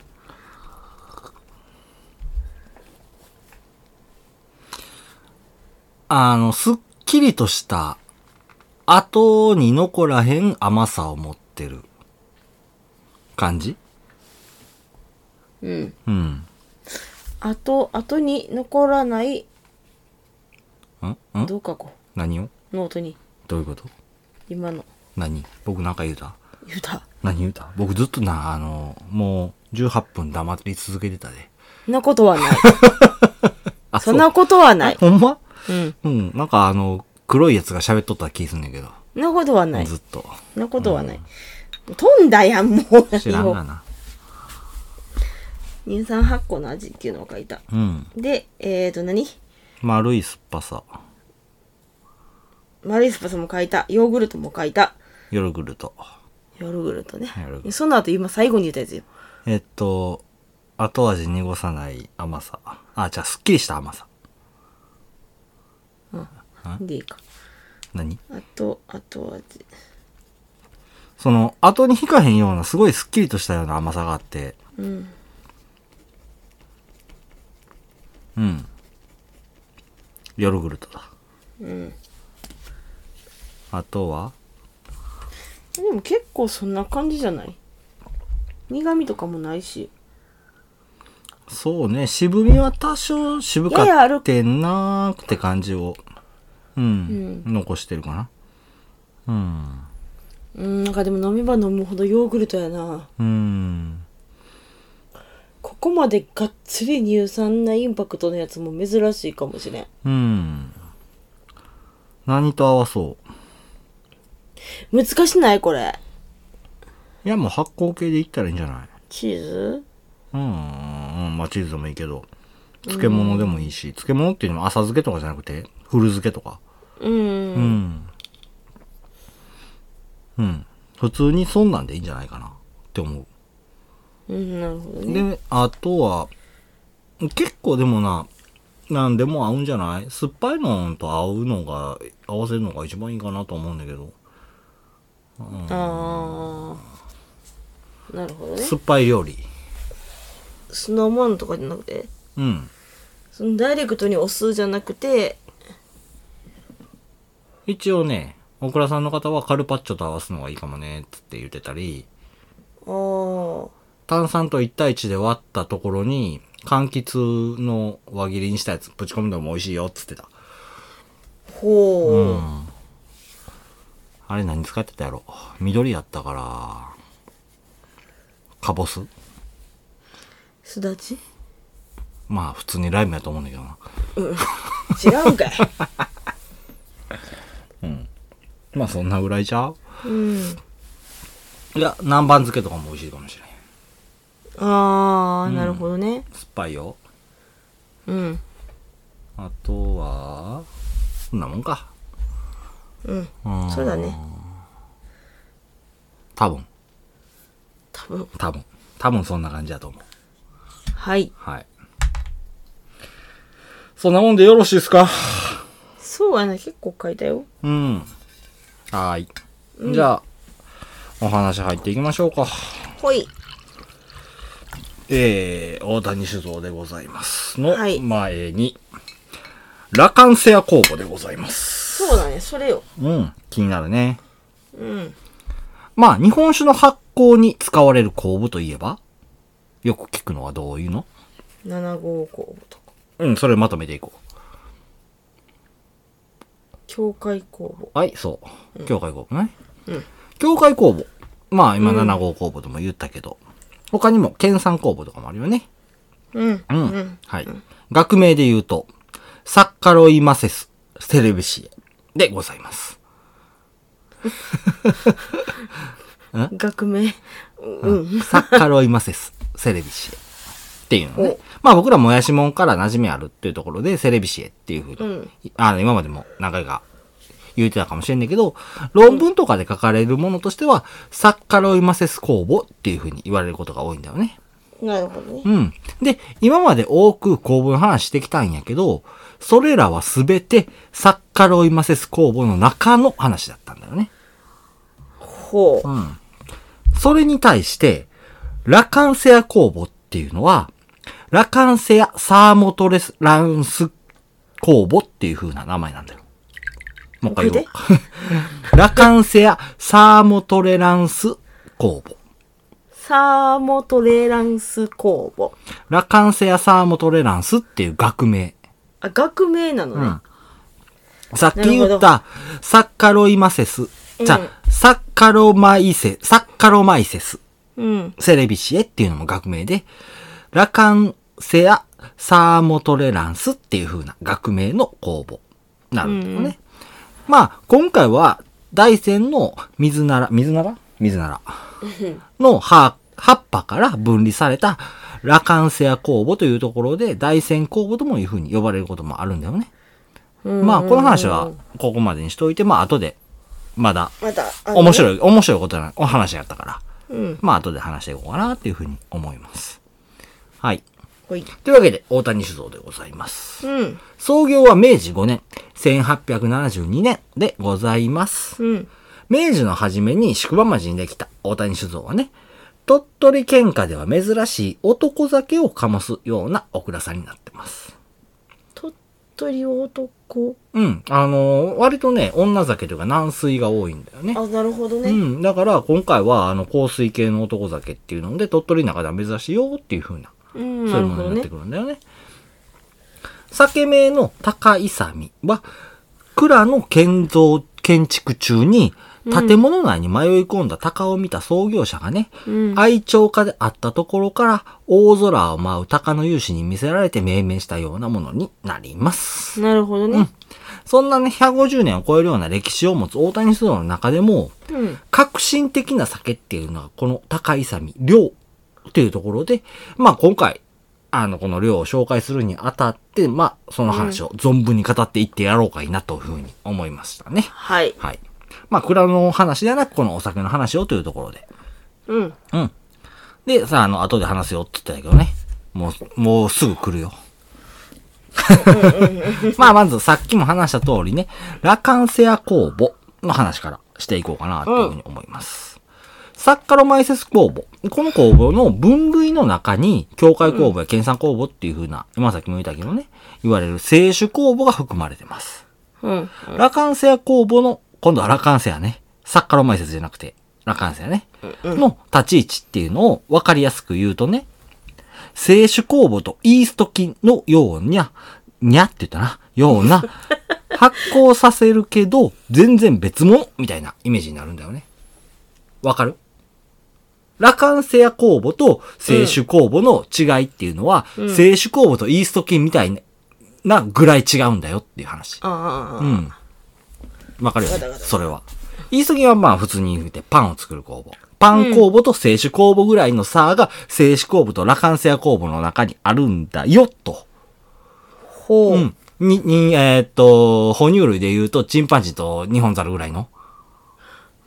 [SPEAKER 1] あの、すっきりとした、後に残らへん甘さを持ってる感じ
[SPEAKER 2] うん。
[SPEAKER 1] うん。
[SPEAKER 2] あと、あとに残らない、
[SPEAKER 1] んん
[SPEAKER 2] どうかこ
[SPEAKER 1] 何を
[SPEAKER 2] う。ノートに。
[SPEAKER 1] どういうこと
[SPEAKER 2] 今の。
[SPEAKER 1] 何僕なんか言うた
[SPEAKER 2] 言うた。
[SPEAKER 1] 何言うた僕ずっとな、あの、もう18分黙り続けてたで。
[SPEAKER 2] そんなこと はない。
[SPEAKER 1] あ、
[SPEAKER 2] そんなことはない。
[SPEAKER 1] ほんま
[SPEAKER 2] うん。
[SPEAKER 1] うん、なんかあの、黒いやつが喋っとった気すんねんけど、
[SPEAKER 2] そんなことはない。
[SPEAKER 1] ず
[SPEAKER 2] そん
[SPEAKER 1] っと。
[SPEAKER 2] なことはない。飛んだやん、もう。
[SPEAKER 1] 知らんがな。
[SPEAKER 2] 乳酸発酵の味っていうのを書いた。
[SPEAKER 1] うん。
[SPEAKER 2] で、えーと、何
[SPEAKER 1] 丸い酸っぱさ。
[SPEAKER 2] マリスパスも書いた。ヨーグルトも書いた。
[SPEAKER 1] ヨーグルト。
[SPEAKER 2] ヨーグルトね
[SPEAKER 1] ヨーグル。ト
[SPEAKER 2] その後今最後に言ったやつよ。
[SPEAKER 1] えっと、後味濁さない甘さ。あ、じゃあ、すっきりした甘さ。
[SPEAKER 2] でいいか。
[SPEAKER 1] 何
[SPEAKER 2] あと、あとは、
[SPEAKER 1] その、後に引かへんような、すごいすっきりとしたような甘さがあって。
[SPEAKER 2] うん。
[SPEAKER 1] うん。ヨーグルトだ。
[SPEAKER 2] うん。
[SPEAKER 1] あとは
[SPEAKER 2] でも結構そんな感じじゃない苦味とかもないし。
[SPEAKER 1] そうね、渋みは多少渋か
[SPEAKER 2] ややある
[SPEAKER 1] ってんなーって感じを、うん、
[SPEAKER 2] う
[SPEAKER 1] 残してるかな。うん。
[SPEAKER 2] うん、なんかでも飲めば飲むほどヨーグルトやな。
[SPEAKER 1] うーん。
[SPEAKER 2] ここまでがっつり乳酸なインパクトのやつも珍しいかもしれん。
[SPEAKER 1] うん。何と合わそう。
[SPEAKER 2] 難しないこれ。
[SPEAKER 1] いや、もう発酵系でいったらいいんじゃない
[SPEAKER 2] チーズ
[SPEAKER 1] うん、うん、まあチーズでもいいけど、漬物でもいいし、漬物っていうのも浅漬けとかじゃなくて、古漬けとか。
[SPEAKER 2] うん。
[SPEAKER 1] うん。うん。普通にそんなんでいいんじゃないかなって思う。
[SPEAKER 2] うん、なるほどね。
[SPEAKER 1] で、あとは、結構でもな、なんでも合うんじゃない酸っぱいのと合うのが、合わせるのが一番いいかなと思うんだけど。
[SPEAKER 2] ああなるほどね
[SPEAKER 1] 酸っぱい料理。
[SPEAKER 2] 酢の物とかじゃなくて
[SPEAKER 1] うん。
[SPEAKER 2] そのダイレクトにお酢じゃなくて
[SPEAKER 1] 一応ね、大倉さんの方はカルパッチョと合わすのがいいかもね、つって言ってたり、
[SPEAKER 2] ああ
[SPEAKER 1] 炭酸と1対1で割ったところに、柑橘の輪切りにしたやつぶち込むのも美味しいよ、つってた。
[SPEAKER 2] ほう、
[SPEAKER 1] うん。あれ何使ってたやろ緑やったから、カボス
[SPEAKER 2] すだち
[SPEAKER 1] まあ普通にライムやと思うんだけどな。
[SPEAKER 2] 違うんかい
[SPEAKER 1] まあそんなぐらいじゃう
[SPEAKER 2] うん
[SPEAKER 1] いや、南蛮漬けとかも美味しいかもしれん。
[SPEAKER 2] ああ、なるほどね
[SPEAKER 1] 酸っぱいよ。
[SPEAKER 2] うん
[SPEAKER 1] あとは、そんなもんか。
[SPEAKER 2] うん
[SPEAKER 1] うん
[SPEAKER 2] そうだね
[SPEAKER 1] 多分、
[SPEAKER 2] 多分
[SPEAKER 1] 多分、多分そんな感じだと思う。
[SPEAKER 2] はい
[SPEAKER 1] はい。そんなもんでよろしいですか
[SPEAKER 2] そうやな結構書いたよ
[SPEAKER 1] うん。はーい。じゃあ、お話入っていきましょうか。
[SPEAKER 2] ほい
[SPEAKER 1] えー、大谷酒造でございます。の
[SPEAKER 2] はい
[SPEAKER 1] 前に、ラカンセア工房でございます。
[SPEAKER 2] そうだねそれよ
[SPEAKER 1] うん、気になるね。
[SPEAKER 2] うん
[SPEAKER 1] まあ、日本酒の発酵に使われる酵母といえば、よく聞くのはどういうの
[SPEAKER 2] 7号校とか
[SPEAKER 1] うん、それをまとめていこ
[SPEAKER 2] 教会工房
[SPEAKER 1] う。はい、そう。境界工房ね。境界工房。まあ、今7号工房とも言ったけど、他にも、県産工房とかもあるよね。
[SPEAKER 2] うん
[SPEAKER 1] うん。はい。学名で言うと、サッカロイマセス・セレビシエでございます。
[SPEAKER 2] 学名うん
[SPEAKER 1] サッカロイマセス・セレビシエっていうのね
[SPEAKER 2] お。
[SPEAKER 1] まあ僕らもやしもんから馴染みあるっていうところで、セレビシエっていうふうに、
[SPEAKER 2] うん
[SPEAKER 1] あの、今までも何回か言ってたかもしれんねんけど、論文とかで書かれるものとしては、サッカロイマセス公募っていうふうに言われることが多いんだよね。
[SPEAKER 2] なるほどね
[SPEAKER 1] うん。で、今まで多く公募の話してきたんやけど、それらはすべてサッカロイマセス公募の中の話だったんだよね。
[SPEAKER 2] ほう
[SPEAKER 1] それに対して、ラカンセア公募っていうのは、ラカンセアサーモトレスランス公募っていう風な名前なんだよ。もう一回言おう。 ラカンセアサーモトレランス公募。
[SPEAKER 2] サーモトレランス工房
[SPEAKER 1] ラカンセアサーモトレランスっていう学名。
[SPEAKER 2] あ学名なのね、
[SPEAKER 1] さっき言った、サッカロイマセス。
[SPEAKER 2] うん
[SPEAKER 1] じゃあ、サッカロマイセ、サッカロマイセス、
[SPEAKER 2] うん。
[SPEAKER 1] セレビシエっていうのも学名で、ラカンセアサーモトレランスっていう風な学名の公募なるんだよね。まあ、今回は、大山の水なら、水なら水なら。の葉、葉っぱから分離された、ラカンセア公募というところで、大山公募ともいう風に呼ばれることもあるんだよね。まあ、この話はここまでにしといて、まあ、後で、まだ、
[SPEAKER 2] また、あのね
[SPEAKER 1] 面白い、面白いことな、お話やったから、
[SPEAKER 2] うん。
[SPEAKER 1] まあ、後で話していこうかな、っていうふうに思います。はい。
[SPEAKER 2] ほい。
[SPEAKER 1] というわけで、大谷酒造でございます。
[SPEAKER 2] うん。
[SPEAKER 1] 創業は明治5年、1872年でございます。
[SPEAKER 2] うん。
[SPEAKER 1] 明治の初めに宿場町にできた大谷酒造はね、鳥取県下では珍しい男酒を醸すようなお蔵さんになってます。
[SPEAKER 2] 鳥取男。
[SPEAKER 1] うん。あのー割とね、女酒というか軟水が多いんだよね。
[SPEAKER 2] あ、なるほど
[SPEAKER 1] う
[SPEAKER 2] ね。
[SPEAKER 1] ん。だから、今回は、あの、香水系の男酒っていうので、鳥取の中では珍しいよっていう風な、
[SPEAKER 2] うん。
[SPEAKER 1] そうい
[SPEAKER 2] な
[SPEAKER 1] う
[SPEAKER 2] る
[SPEAKER 1] も
[SPEAKER 2] ほ
[SPEAKER 1] のに
[SPEAKER 2] ど
[SPEAKER 1] なっ
[SPEAKER 2] ね
[SPEAKER 1] て。くるんだよね。酒名の高勇は、蔵の建造、建築中に、建物内に迷い込んだ鷹を見た創業者がね、
[SPEAKER 2] うん。
[SPEAKER 1] 愛鳥家であったところから、大空を舞う鷹の勇姿に見せられて命名したようなものになります。
[SPEAKER 2] なるほどね。
[SPEAKER 1] そんなね、150年を超えるような歴史を持つ大谷酒造の中でも、
[SPEAKER 2] うん。
[SPEAKER 1] 革新的な酒っていうのは、この高いさみ、量っていうところで、まあ今回、あの、この量を紹介するにあたって、まあ、その話を存分に語っていってやろうかいなというふうに思いましたね。
[SPEAKER 2] はい。
[SPEAKER 1] はい。まあ、蔵の話ではなく、このお酒の話をというところで。
[SPEAKER 2] うん。
[SPEAKER 1] うん。 で、さあ、あの、後で話すよって言ってたけどね。もう、もうすぐ来るよ。まあ、まずさっきも話した通りね、ラカンセア酵母の話からしていこうかなというふうに思います。サッカロマイセス酵母。この酵母の分類の中に、境界酵母や県産酵母っていうふうな、今さっきも言ったけどね、言われる清種酵母が含まれてます。
[SPEAKER 2] うん。
[SPEAKER 1] ラカンセア酵母の、今度はラカンセアね。サッカロマイセスじゃなくて、ラカンセアね。の立ち位置っていうのを分かりやすく言うとね、清酒酵母とイースト菌のようにゃ、にゃって言ったな、よう な、発酵させるけど、全然別物みたいなイメージになるんだよね。わかるラカンセア酵母と清酒酵母の違いっていうのは、清酒酵母とイースト菌みたいななぐらい違うんだよっていう話。
[SPEAKER 2] あ
[SPEAKER 1] う
[SPEAKER 2] あ、
[SPEAKER 1] ん。わかるよ、
[SPEAKER 2] わかる
[SPEAKER 1] ね。
[SPEAKER 2] わかる
[SPEAKER 1] それは。イースト菌はまあ普通に言ってパンを作る酵母。パン酵母と清酒酵母ぐらいの差が清酒酵母とラカンセア酵母の中にあるんだよ、と。
[SPEAKER 2] ほう。
[SPEAKER 1] うん。に、に、えーっと、哺乳類で言うとチンパンジーとニホンザルぐらいの。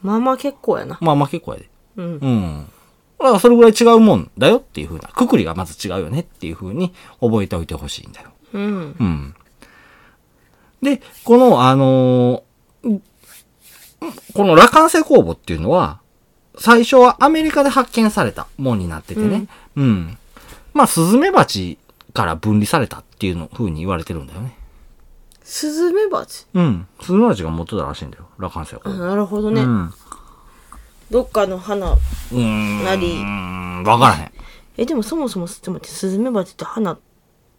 [SPEAKER 2] まあまあ結構やな。
[SPEAKER 1] まあまあ結構やで。
[SPEAKER 2] うん。
[SPEAKER 1] うん。だからそれぐらい違うもんだよっていう風な。くくりがまず違うよねっていう風に覚えておいてほしいんだよ。
[SPEAKER 2] うん。
[SPEAKER 1] うん。で、この、あのーうんこのラカンセ酵母っていうのは、最初はアメリカで発見されたものになっててね。うん。まあ、スズメバチから分離されたっていうの風に言われてるんだよね。
[SPEAKER 2] スズメバチ。
[SPEAKER 1] うん。スズメバチが持ってたらしいんだよ。ラカンセ
[SPEAKER 2] あ
[SPEAKER 1] 酵母。
[SPEAKER 2] なるほど
[SPEAKER 1] う
[SPEAKER 2] ね。
[SPEAKER 1] ん。う
[SPEAKER 2] どっかの花。
[SPEAKER 1] ーん。
[SPEAKER 2] なり
[SPEAKER 1] うーん。わからへん。
[SPEAKER 2] え、でもそもそも、ちょっと待って、スズメバチって花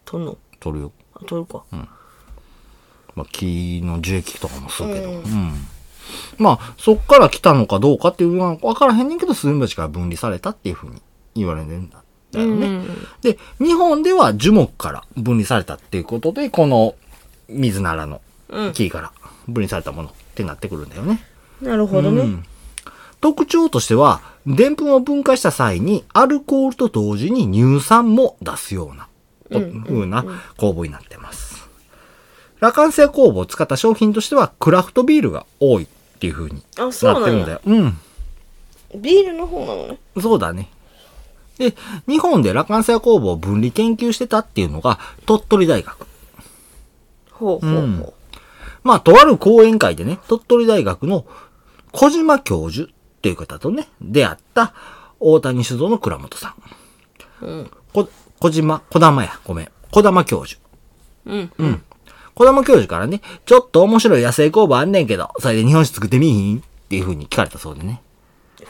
[SPEAKER 2] とんの
[SPEAKER 1] 取るよ。
[SPEAKER 2] あ、取るか。
[SPEAKER 1] まあ、木の樹液とかもそうけど。うん。まあ、そっから来たのかどうかっていうのは分からへんねんけど、スズメバチから分離されたっていうふうに言われてるんだ。だよね。で、日本では樹木から分離されたっていうことで、この水ならの
[SPEAKER 2] うん
[SPEAKER 1] 木から分離されたものってなってくるんだよね。
[SPEAKER 2] なるほどね。
[SPEAKER 1] うん特徴としては、でんぷんを分解した際に、アルコールと同時に乳酸も出すような、こ風な酵母になってます。ラカンセア酵母を使った商品としては、クラフトビールが多いっていう風にな
[SPEAKER 2] あ
[SPEAKER 1] っ
[SPEAKER 2] そうなんや
[SPEAKER 1] てるんだよ。うん。
[SPEAKER 2] ビールの方なのね。
[SPEAKER 1] そうだね。で、日本でラカンセア酵母を分離研究してたっていうのが、鳥取大学。
[SPEAKER 2] ほうほうほう。
[SPEAKER 1] うんまあ、とある講演会でね、鳥取大学の小島教授っていう方とね、出会った大谷酒造の倉本さん。
[SPEAKER 2] うん。
[SPEAKER 1] こ、小島、小玉や、ごめん。小玉教授。
[SPEAKER 2] うん。
[SPEAKER 1] 小玉教授からね、ちょっと面白い野生工房あんねんけど、それで日本酒作ってみいひんっていう風に聞かれたそうでね。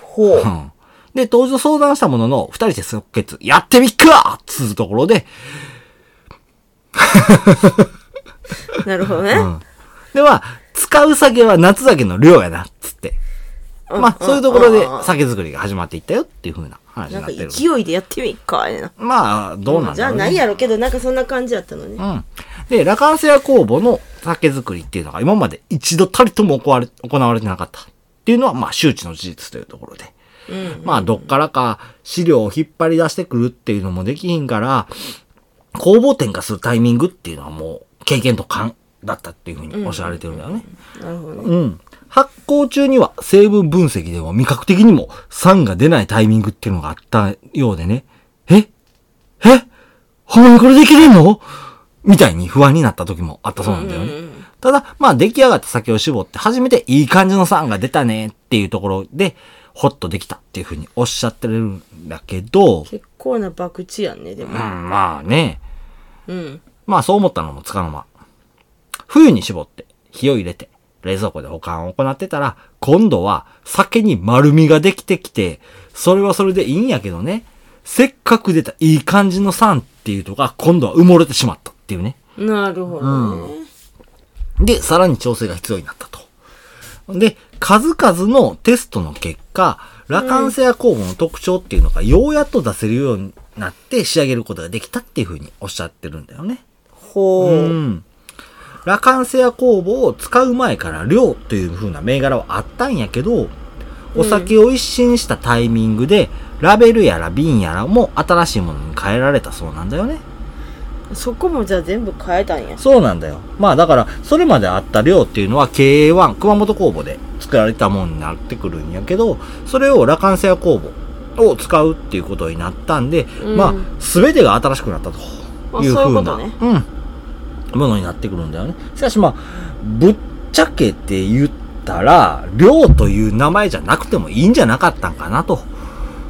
[SPEAKER 2] ほ
[SPEAKER 1] う。
[SPEAKER 2] う
[SPEAKER 1] ん。で、当時と相談したものの、二人で即決、やってみっかつうところで、
[SPEAKER 2] なるほどね。
[SPEAKER 1] では、使う酒は夏酒の量やな、つって。まあ、そういうところで酒造りが始まっていったよっていう風な話
[SPEAKER 2] な
[SPEAKER 1] に
[SPEAKER 2] ん
[SPEAKER 1] なっ
[SPEAKER 2] か
[SPEAKER 1] てる。
[SPEAKER 2] 勢いでやってみっか、えな。
[SPEAKER 1] まあ、どうなん
[SPEAKER 2] じ
[SPEAKER 1] だ
[SPEAKER 2] ゃあ
[SPEAKER 1] ろう、ね。
[SPEAKER 2] ないやろうけど、なんかそんな感じだったのね。
[SPEAKER 1] うん。で、ラカンセア工房の酒造りっていうのが今まで一度たりとも行われ行われてなかった。っていうのは、まあ、周知の事実というところで。まあ、どっからか資料を引っ張り出してくるっていうのもできひんから、工房転化するタイミングっていうのはもう経験と勘だったっていうふうにおっしゃられてるんだよね。
[SPEAKER 2] なるほどね。
[SPEAKER 1] うん。発酵中には成分分析でも味覚的にも酸が出ないタイミングっていうのがあったようでね。ええほんまにこれできれんのみたいに不安になった時もあったそうなんだよね。ただ、まあ出来上がった酒を絞って初めていい感じの酸が出たねっていうところで、ホッとできたっていうふうにおっしゃってるんだけど、
[SPEAKER 2] 結構な博打やんね、で
[SPEAKER 1] う
[SPEAKER 2] も。
[SPEAKER 1] ん、まあね。
[SPEAKER 2] うん。
[SPEAKER 1] まあそう思ったのもつかの間。冬に絞って、火を入れて、冷蔵庫で保管を行ってたら、今度は酒に丸みができてきて、それはそれでいいんやけどね、せっかく出たいい感じの酸っていうのが今度は埋もれてしまったっていうね。
[SPEAKER 2] なるほどね。
[SPEAKER 1] で、さらに調整が必要になったと。で、数々のテストの結果、ラカンセア酵母の特徴っていうのがようやっと出せるようになって仕上げることができたっていうふうにおっしゃってるんだよね。
[SPEAKER 2] ほ
[SPEAKER 1] う
[SPEAKER 2] う。
[SPEAKER 1] ん。ラカンセア工房を使う前から量という風な銘柄はあったんやけど、お酒を一新したタイミングで、ラベルやら瓶やらも新しいものに変えられたそうなんだよね。
[SPEAKER 2] そこもじゃあ全部変えたんや。
[SPEAKER 1] そうなんだよ。まあだから、それまであった量っていうのは KA1、熊本工房で作られたものになってくるんやけど、それをラカンセア工房を使うっていうことになったんで、
[SPEAKER 2] うん
[SPEAKER 1] まあ、すべてが新しくなったと
[SPEAKER 2] あ
[SPEAKER 1] いう
[SPEAKER 2] そうい
[SPEAKER 1] 風
[SPEAKER 2] うこ
[SPEAKER 1] な。
[SPEAKER 2] とね
[SPEAKER 1] うん。ものになってくるんだよね。しかしまあ、ぶっちゃけて言ったら、量という名前じゃなくてもいいんじゃなかったんかなと。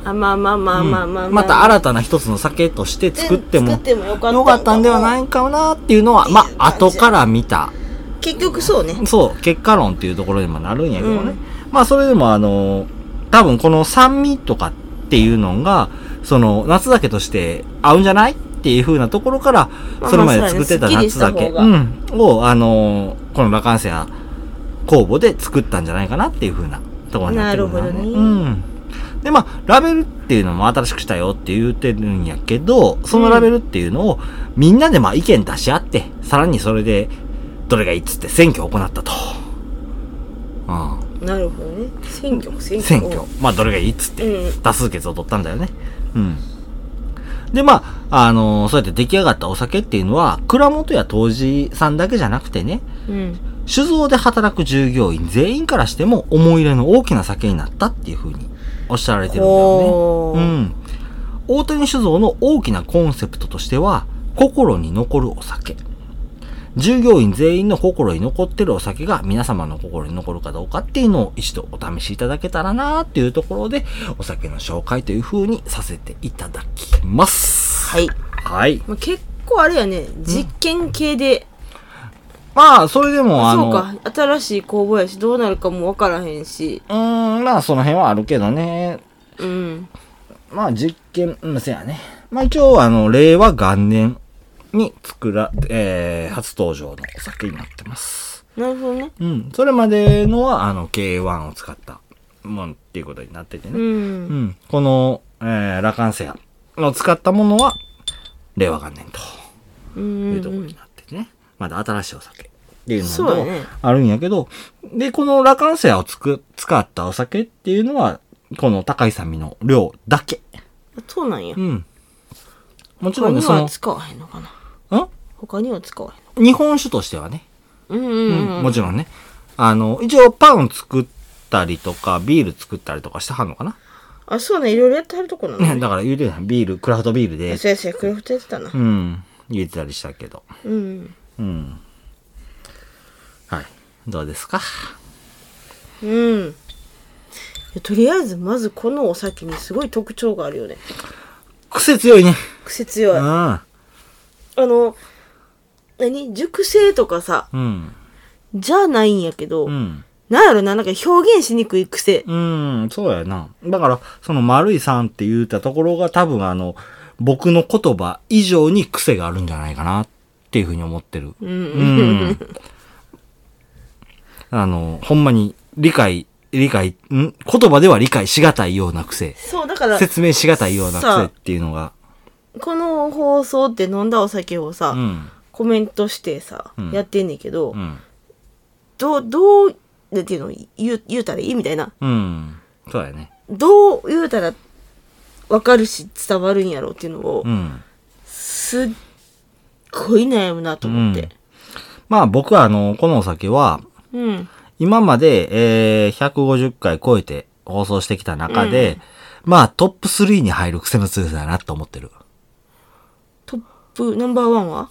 [SPEAKER 2] あまあまあまあまあまあまあ、
[SPEAKER 1] うんまた新たな一つの酒として作っても
[SPEAKER 2] 作ってもよかった
[SPEAKER 1] よかったんではないかなっていうのは、まあ、後から見た、
[SPEAKER 2] 結局そうね
[SPEAKER 1] そう、結果論っていうところにもなるんやけどね。
[SPEAKER 2] うん
[SPEAKER 1] まあ、それでもあの、多分この酸味とかっていうのが、その、夏酒として合うんじゃないっていう風なところから
[SPEAKER 2] ま、あ
[SPEAKER 1] それまで作ってた
[SPEAKER 2] まあ
[SPEAKER 1] 夏
[SPEAKER 2] そうだね
[SPEAKER 1] 酒、うん、を、あの、このラカンセア工房で作ったんじゃないかなっていう風なところになってくるんだよ
[SPEAKER 2] な
[SPEAKER 1] ね。
[SPEAKER 2] るほどね
[SPEAKER 1] うん。で、まあ、ラベルっていうのも新しくしたよって言ってるんやけど、そのラベルっていうのをみんなでまあ意見出し合って、さらにそれでどれがいいっつって選挙を行ったと。う
[SPEAKER 2] なるほどね選挙選
[SPEAKER 1] ん。
[SPEAKER 2] 挙
[SPEAKER 1] 選挙。まあ、どれがいいっつって
[SPEAKER 2] うん
[SPEAKER 1] 多数決を取ったんだよね。うん。で、まあ、あのーそうやって出来上がったお酒っていうのは、蔵元や杜氏さんだけじゃなくてね、
[SPEAKER 2] うん
[SPEAKER 1] 酒造で働く従業員全員からしても思い入れの大きな酒になったっていうふうにおっしゃられてるんだよ
[SPEAKER 2] ほう
[SPEAKER 1] ね。うん。大谷酒造の大きなコンセプトとしては、心に残るお酒。従業員全員の心に残ってるお酒が皆様の心に残るかどうかっていうのを一度お試しいただけたらなっていうところで、お酒の紹介という風にさせていただきます。
[SPEAKER 2] はい、
[SPEAKER 1] はい。
[SPEAKER 2] まあ、結構あれやね実験系で、
[SPEAKER 1] まあ、それでもあ
[SPEAKER 2] そう
[SPEAKER 1] の、
[SPEAKER 2] か新しい工房やしどうなるかもわからへんし
[SPEAKER 1] うーん、まあその辺はあるけどね。
[SPEAKER 2] うん
[SPEAKER 1] まあ実験、うん、せやね。まあ一応、あの、令和元年に作ら、えー、初登場のお酒になってます。
[SPEAKER 2] なるほどね
[SPEAKER 1] うん。それまでのは、あの、K1 を使ったもんっていうことになってて
[SPEAKER 2] う
[SPEAKER 1] ね。うん。
[SPEAKER 2] ん
[SPEAKER 1] この、えー、ラカンセアの使ったものは、令和元年
[SPEAKER 2] う
[SPEAKER 1] とい
[SPEAKER 2] ん
[SPEAKER 1] うところになっててね。まだ新しいお酒っていうの
[SPEAKER 2] そう
[SPEAKER 1] も
[SPEAKER 2] やね
[SPEAKER 1] あるんやけど、で、このラカンセアをつく、使ったお酒っていうのは、この高い酸味の量だけ。
[SPEAKER 2] そうなんや
[SPEAKER 1] うん。もちろ
[SPEAKER 2] 他
[SPEAKER 1] ん
[SPEAKER 2] に
[SPEAKER 1] ね、そ
[SPEAKER 2] は
[SPEAKER 1] の、
[SPEAKER 2] 使わへんのかなん他には使わへん
[SPEAKER 1] 日本酒としてはね、
[SPEAKER 2] うんう
[SPEAKER 1] うんん、もちろんね。あの、一応パン作ったりとか、ビール作ったりとかしてはんのかな、
[SPEAKER 2] あ、そうね、いろいろやってはるとこなのね。
[SPEAKER 1] だから言うてるやんビール、クラフトビールで、
[SPEAKER 2] そうやそうや、クラフトやってたな
[SPEAKER 1] う。ん、言ってたりしたけど。
[SPEAKER 2] うん。
[SPEAKER 1] うん。はい。どうですか
[SPEAKER 2] うん。とりあえず、まずこのお酒にすごい特徴があるよね。
[SPEAKER 1] 癖強いね。
[SPEAKER 2] 癖
[SPEAKER 1] う
[SPEAKER 2] 強い。あ
[SPEAKER 1] ん。
[SPEAKER 2] の、何熟成とかさ、
[SPEAKER 1] うん。
[SPEAKER 2] じゃないんやけど、
[SPEAKER 1] うん。
[SPEAKER 2] なんやろな、なんか表現しにくい癖。
[SPEAKER 1] うん、そうやな。だから、その丸いさんって言ったところが多分あの、僕の言葉以上に癖があるんじゃないかなっていうふうに思ってる。
[SPEAKER 2] う。
[SPEAKER 1] うんん。あの、ほんまに理解、理解、ん言葉では理解しがたいような癖。
[SPEAKER 2] そう、だから、
[SPEAKER 1] 説明しがたいような
[SPEAKER 2] さ
[SPEAKER 1] 癖
[SPEAKER 2] あ
[SPEAKER 1] っていうのが。
[SPEAKER 2] この放送って飲んだお酒をさ、
[SPEAKER 1] うん。
[SPEAKER 2] コメントしてさ、
[SPEAKER 1] うん
[SPEAKER 2] やってんねんけど、
[SPEAKER 1] うん。
[SPEAKER 2] どう、どう、なんていうの、言う、言うたらいいみたいな。
[SPEAKER 1] うん。そうやね。
[SPEAKER 2] どう言うたら分かるし伝わるんやろうっていうのを、
[SPEAKER 1] うん。
[SPEAKER 2] すっごい悩むなと思って。
[SPEAKER 1] まあ僕はあの、このお酒は、
[SPEAKER 2] うん。
[SPEAKER 1] 今まで、えー、150回超えて放送してきた中で、まあトップ3に入る癖の強さだなと思ってる。
[SPEAKER 2] トップナンバーワンは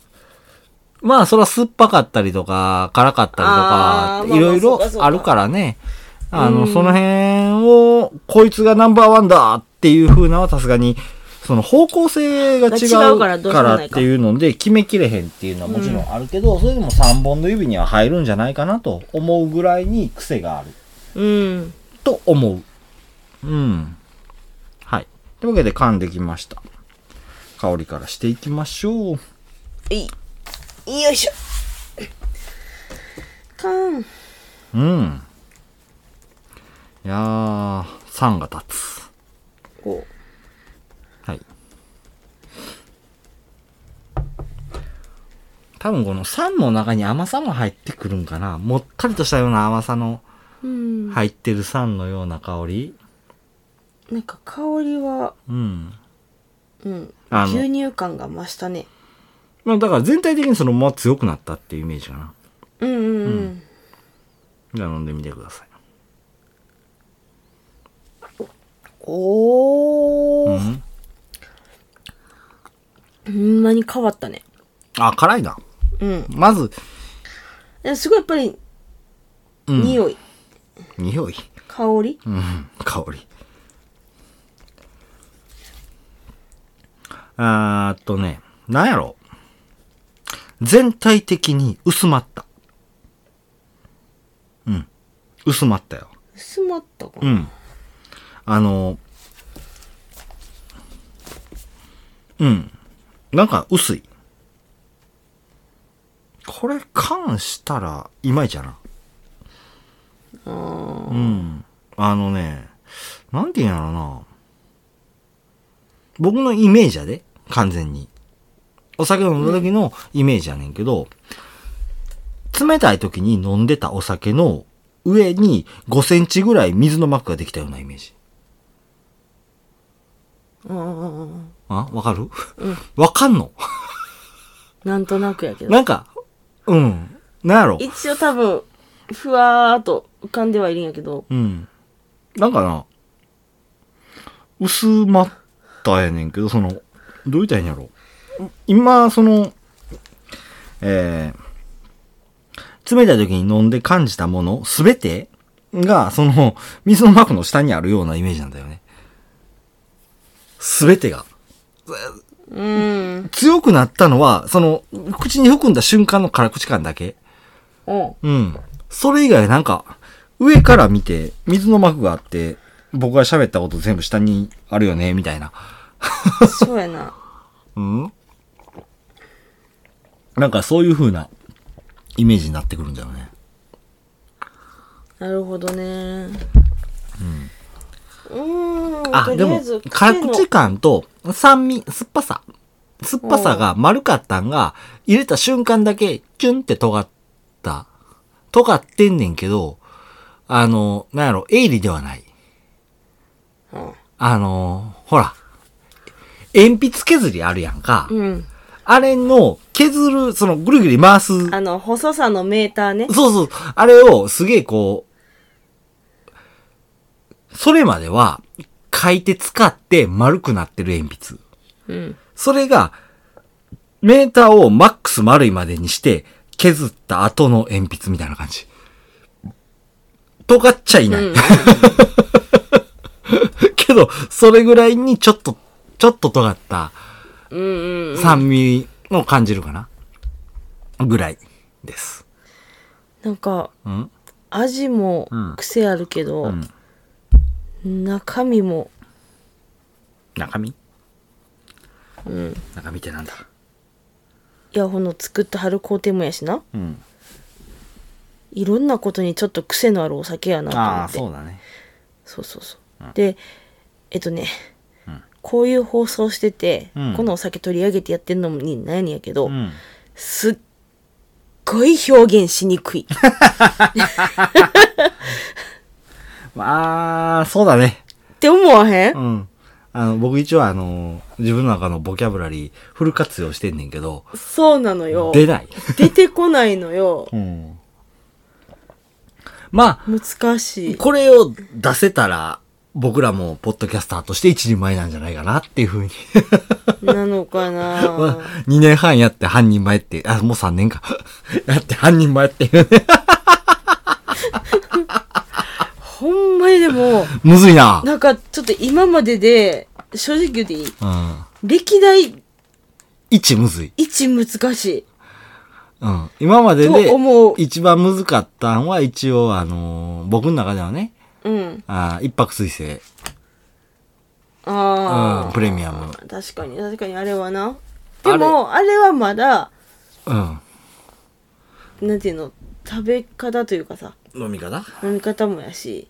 [SPEAKER 1] まあそれは酸っぱかったりとか、辛かったりと
[SPEAKER 2] あーま
[SPEAKER 1] か
[SPEAKER 2] あま、あ
[SPEAKER 1] いろい
[SPEAKER 2] そうかそう
[SPEAKER 1] ろ
[SPEAKER 2] か
[SPEAKER 1] あるからね。あ
[SPEAKER 2] う
[SPEAKER 1] の、
[SPEAKER 2] ん
[SPEAKER 1] その辺を、こいつがナンバーワンだっていう風なのはさすがに、その方向性が違
[SPEAKER 2] 違う
[SPEAKER 1] う
[SPEAKER 2] からどうし
[SPEAKER 1] か
[SPEAKER 2] ようも
[SPEAKER 1] ら
[SPEAKER 2] ないか
[SPEAKER 1] っていうので決めきれへんっていうのはもちろんあるけど、それでも3本の指には入るんじゃないかなと思うぐらいに癖がある。
[SPEAKER 2] うん。
[SPEAKER 1] と思う。うん。はい。というわけで噛んできました。香りからしていきましょう。
[SPEAKER 2] いい。よいしょ。かん。
[SPEAKER 1] うん。いやー、酸が立つ。
[SPEAKER 2] こう。
[SPEAKER 1] はい。多分この酸の中に甘さも入ってくるんかな。もったりとしたような甘さの
[SPEAKER 2] うん。
[SPEAKER 1] 入ってる酸のような香り。
[SPEAKER 2] なんか香りは、
[SPEAKER 1] うん。
[SPEAKER 2] うん。
[SPEAKER 1] あの
[SPEAKER 2] 牛乳感が増したね。
[SPEAKER 1] まあだから全体的にそのまま強くなったっていうイメージかな。
[SPEAKER 2] うんうんうん。
[SPEAKER 1] じゃあ飲んでみてください。
[SPEAKER 2] お
[SPEAKER 1] う
[SPEAKER 2] ー。
[SPEAKER 1] ん。
[SPEAKER 2] ほんまに変わったね。
[SPEAKER 1] あ、辛いな。
[SPEAKER 2] うん。
[SPEAKER 1] まず、
[SPEAKER 2] でもすごいやっぱり、匂い、
[SPEAKER 1] 匂い。
[SPEAKER 2] 香り、
[SPEAKER 1] うん、香り。あーっとね、なんやろ。全体的に薄まった。うん。薄まったよ。
[SPEAKER 2] 薄まったか
[SPEAKER 1] う
[SPEAKER 2] な。
[SPEAKER 1] ん。あの、うん。なんか薄い。これ缶したら、いまいちやな。うん。あのね、なんて言うんやろな。僕のイメージやで、完全に。お酒飲んだ時のイメージやねんけど、冷たい時に飲んでたお酒の上に5センチぐらい水の膜ができたようなイメージ。
[SPEAKER 2] うんうんうんうん。
[SPEAKER 1] あわかるわ、かんの
[SPEAKER 2] なんとなくやけど。
[SPEAKER 1] なんか、うん。なんやろ
[SPEAKER 2] 一応多分、ふわーっと浮かんではいるんやけど、
[SPEAKER 1] うん。なんかな、薄まったやねんけど、その、どう言ったらいいんやろ今、その、えー、冷たい時に飲んで感じたもの、すべてが、その、水の膜の下にあるようなイメージなんだよね。すべてが。
[SPEAKER 2] うん。
[SPEAKER 1] 強くなったのは、その、口に含んだ瞬間の辛口感だけ。
[SPEAKER 2] うん。
[SPEAKER 1] うん。それ以外なんか、上から見て、水の膜があって、僕が喋ったこと全部下にあるよね、みたいな。
[SPEAKER 2] そうやな。
[SPEAKER 1] うんなんかそういう風なイメージになってくるんだよね。
[SPEAKER 2] なるほどね。うん。うーん。
[SPEAKER 1] あ、
[SPEAKER 2] とり
[SPEAKER 1] で
[SPEAKER 2] あえ
[SPEAKER 1] も
[SPEAKER 2] ず、、
[SPEAKER 1] 辛
[SPEAKER 2] の
[SPEAKER 1] 口感と酸味、酸っぱさ。酸っぱさが丸かったんが、入れた瞬間だけ、キュンって尖った。尖ってんねんけど、あの、なんやろ、鋭利ではない。
[SPEAKER 2] うん
[SPEAKER 1] あの、ほら、鉛筆削りあるやんか。
[SPEAKER 2] うん。
[SPEAKER 1] あれの、削る、その、ぐるぐる回す。
[SPEAKER 2] あの、細さのメーターね。
[SPEAKER 1] そうそう。あれをすげえこう、それまでは書いて使って丸くなってる鉛筆。
[SPEAKER 2] うん。
[SPEAKER 1] それが、メーターをマックス丸いまでにして削った後の鉛筆みたいな感じ。尖っちゃいない。
[SPEAKER 2] うん
[SPEAKER 1] けど、それぐらいにちょっと、ちょっと尖った
[SPEAKER 2] うんうんうん。
[SPEAKER 1] 酸味を感じるかな。ぐらいです。
[SPEAKER 2] なんか、
[SPEAKER 1] うん
[SPEAKER 2] 味も
[SPEAKER 1] うん
[SPEAKER 2] 癖あるけど、
[SPEAKER 1] うん
[SPEAKER 2] 中身も、
[SPEAKER 1] 中身
[SPEAKER 2] うん。
[SPEAKER 1] 中身ってなんだ
[SPEAKER 2] いや、ほの作ってはる工程もやしな。
[SPEAKER 1] うん。
[SPEAKER 2] いろんなことにちょっと癖のあるお酒やなと思って。
[SPEAKER 1] ああ、そうだね。
[SPEAKER 2] そうそうそう。で、えっとね、こういう放送してて、
[SPEAKER 1] うん
[SPEAKER 2] このお酒取り上げてやってんのに悩んやけど、
[SPEAKER 1] うん。
[SPEAKER 2] すっごい表現しにくい。
[SPEAKER 1] まあ、そうだね。
[SPEAKER 2] って思わへん、
[SPEAKER 1] うん。あの、僕一応あの、自分の中のボキャブラリーフル活用してんねんけど、
[SPEAKER 2] そうなのよ。
[SPEAKER 1] 出ない。
[SPEAKER 2] 出てこないのよ。
[SPEAKER 1] うん。まあ、
[SPEAKER 2] 難しい。
[SPEAKER 1] これを出せたら、僕らもポッドキャスターとして一人前なんじゃないかなっていうふうに。
[SPEAKER 2] なのか な
[SPEAKER 1] 2年半やって半人前って、あ、もう3年か。 やって半人前って いうね。
[SPEAKER 2] ほんまにでも、
[SPEAKER 1] むずいな。
[SPEAKER 2] なんかちょっと今までで、正直言うていい
[SPEAKER 1] うん。
[SPEAKER 2] 歴代
[SPEAKER 1] 一むずい。
[SPEAKER 2] 一難しい。
[SPEAKER 1] うん。今までで
[SPEAKER 2] と思う、
[SPEAKER 1] 一番難かったんは一応、あのー僕の中ではね、
[SPEAKER 2] うん。
[SPEAKER 1] あー一泊水星。
[SPEAKER 2] ああ、
[SPEAKER 1] うんプレミアム
[SPEAKER 2] 確かに、確かにあれはな。
[SPEAKER 1] あれ
[SPEAKER 2] でも、あれはまだ、
[SPEAKER 1] うん。
[SPEAKER 2] なんていうの、食べ方というかさ、
[SPEAKER 1] 飲み方
[SPEAKER 2] 飲み方もやし、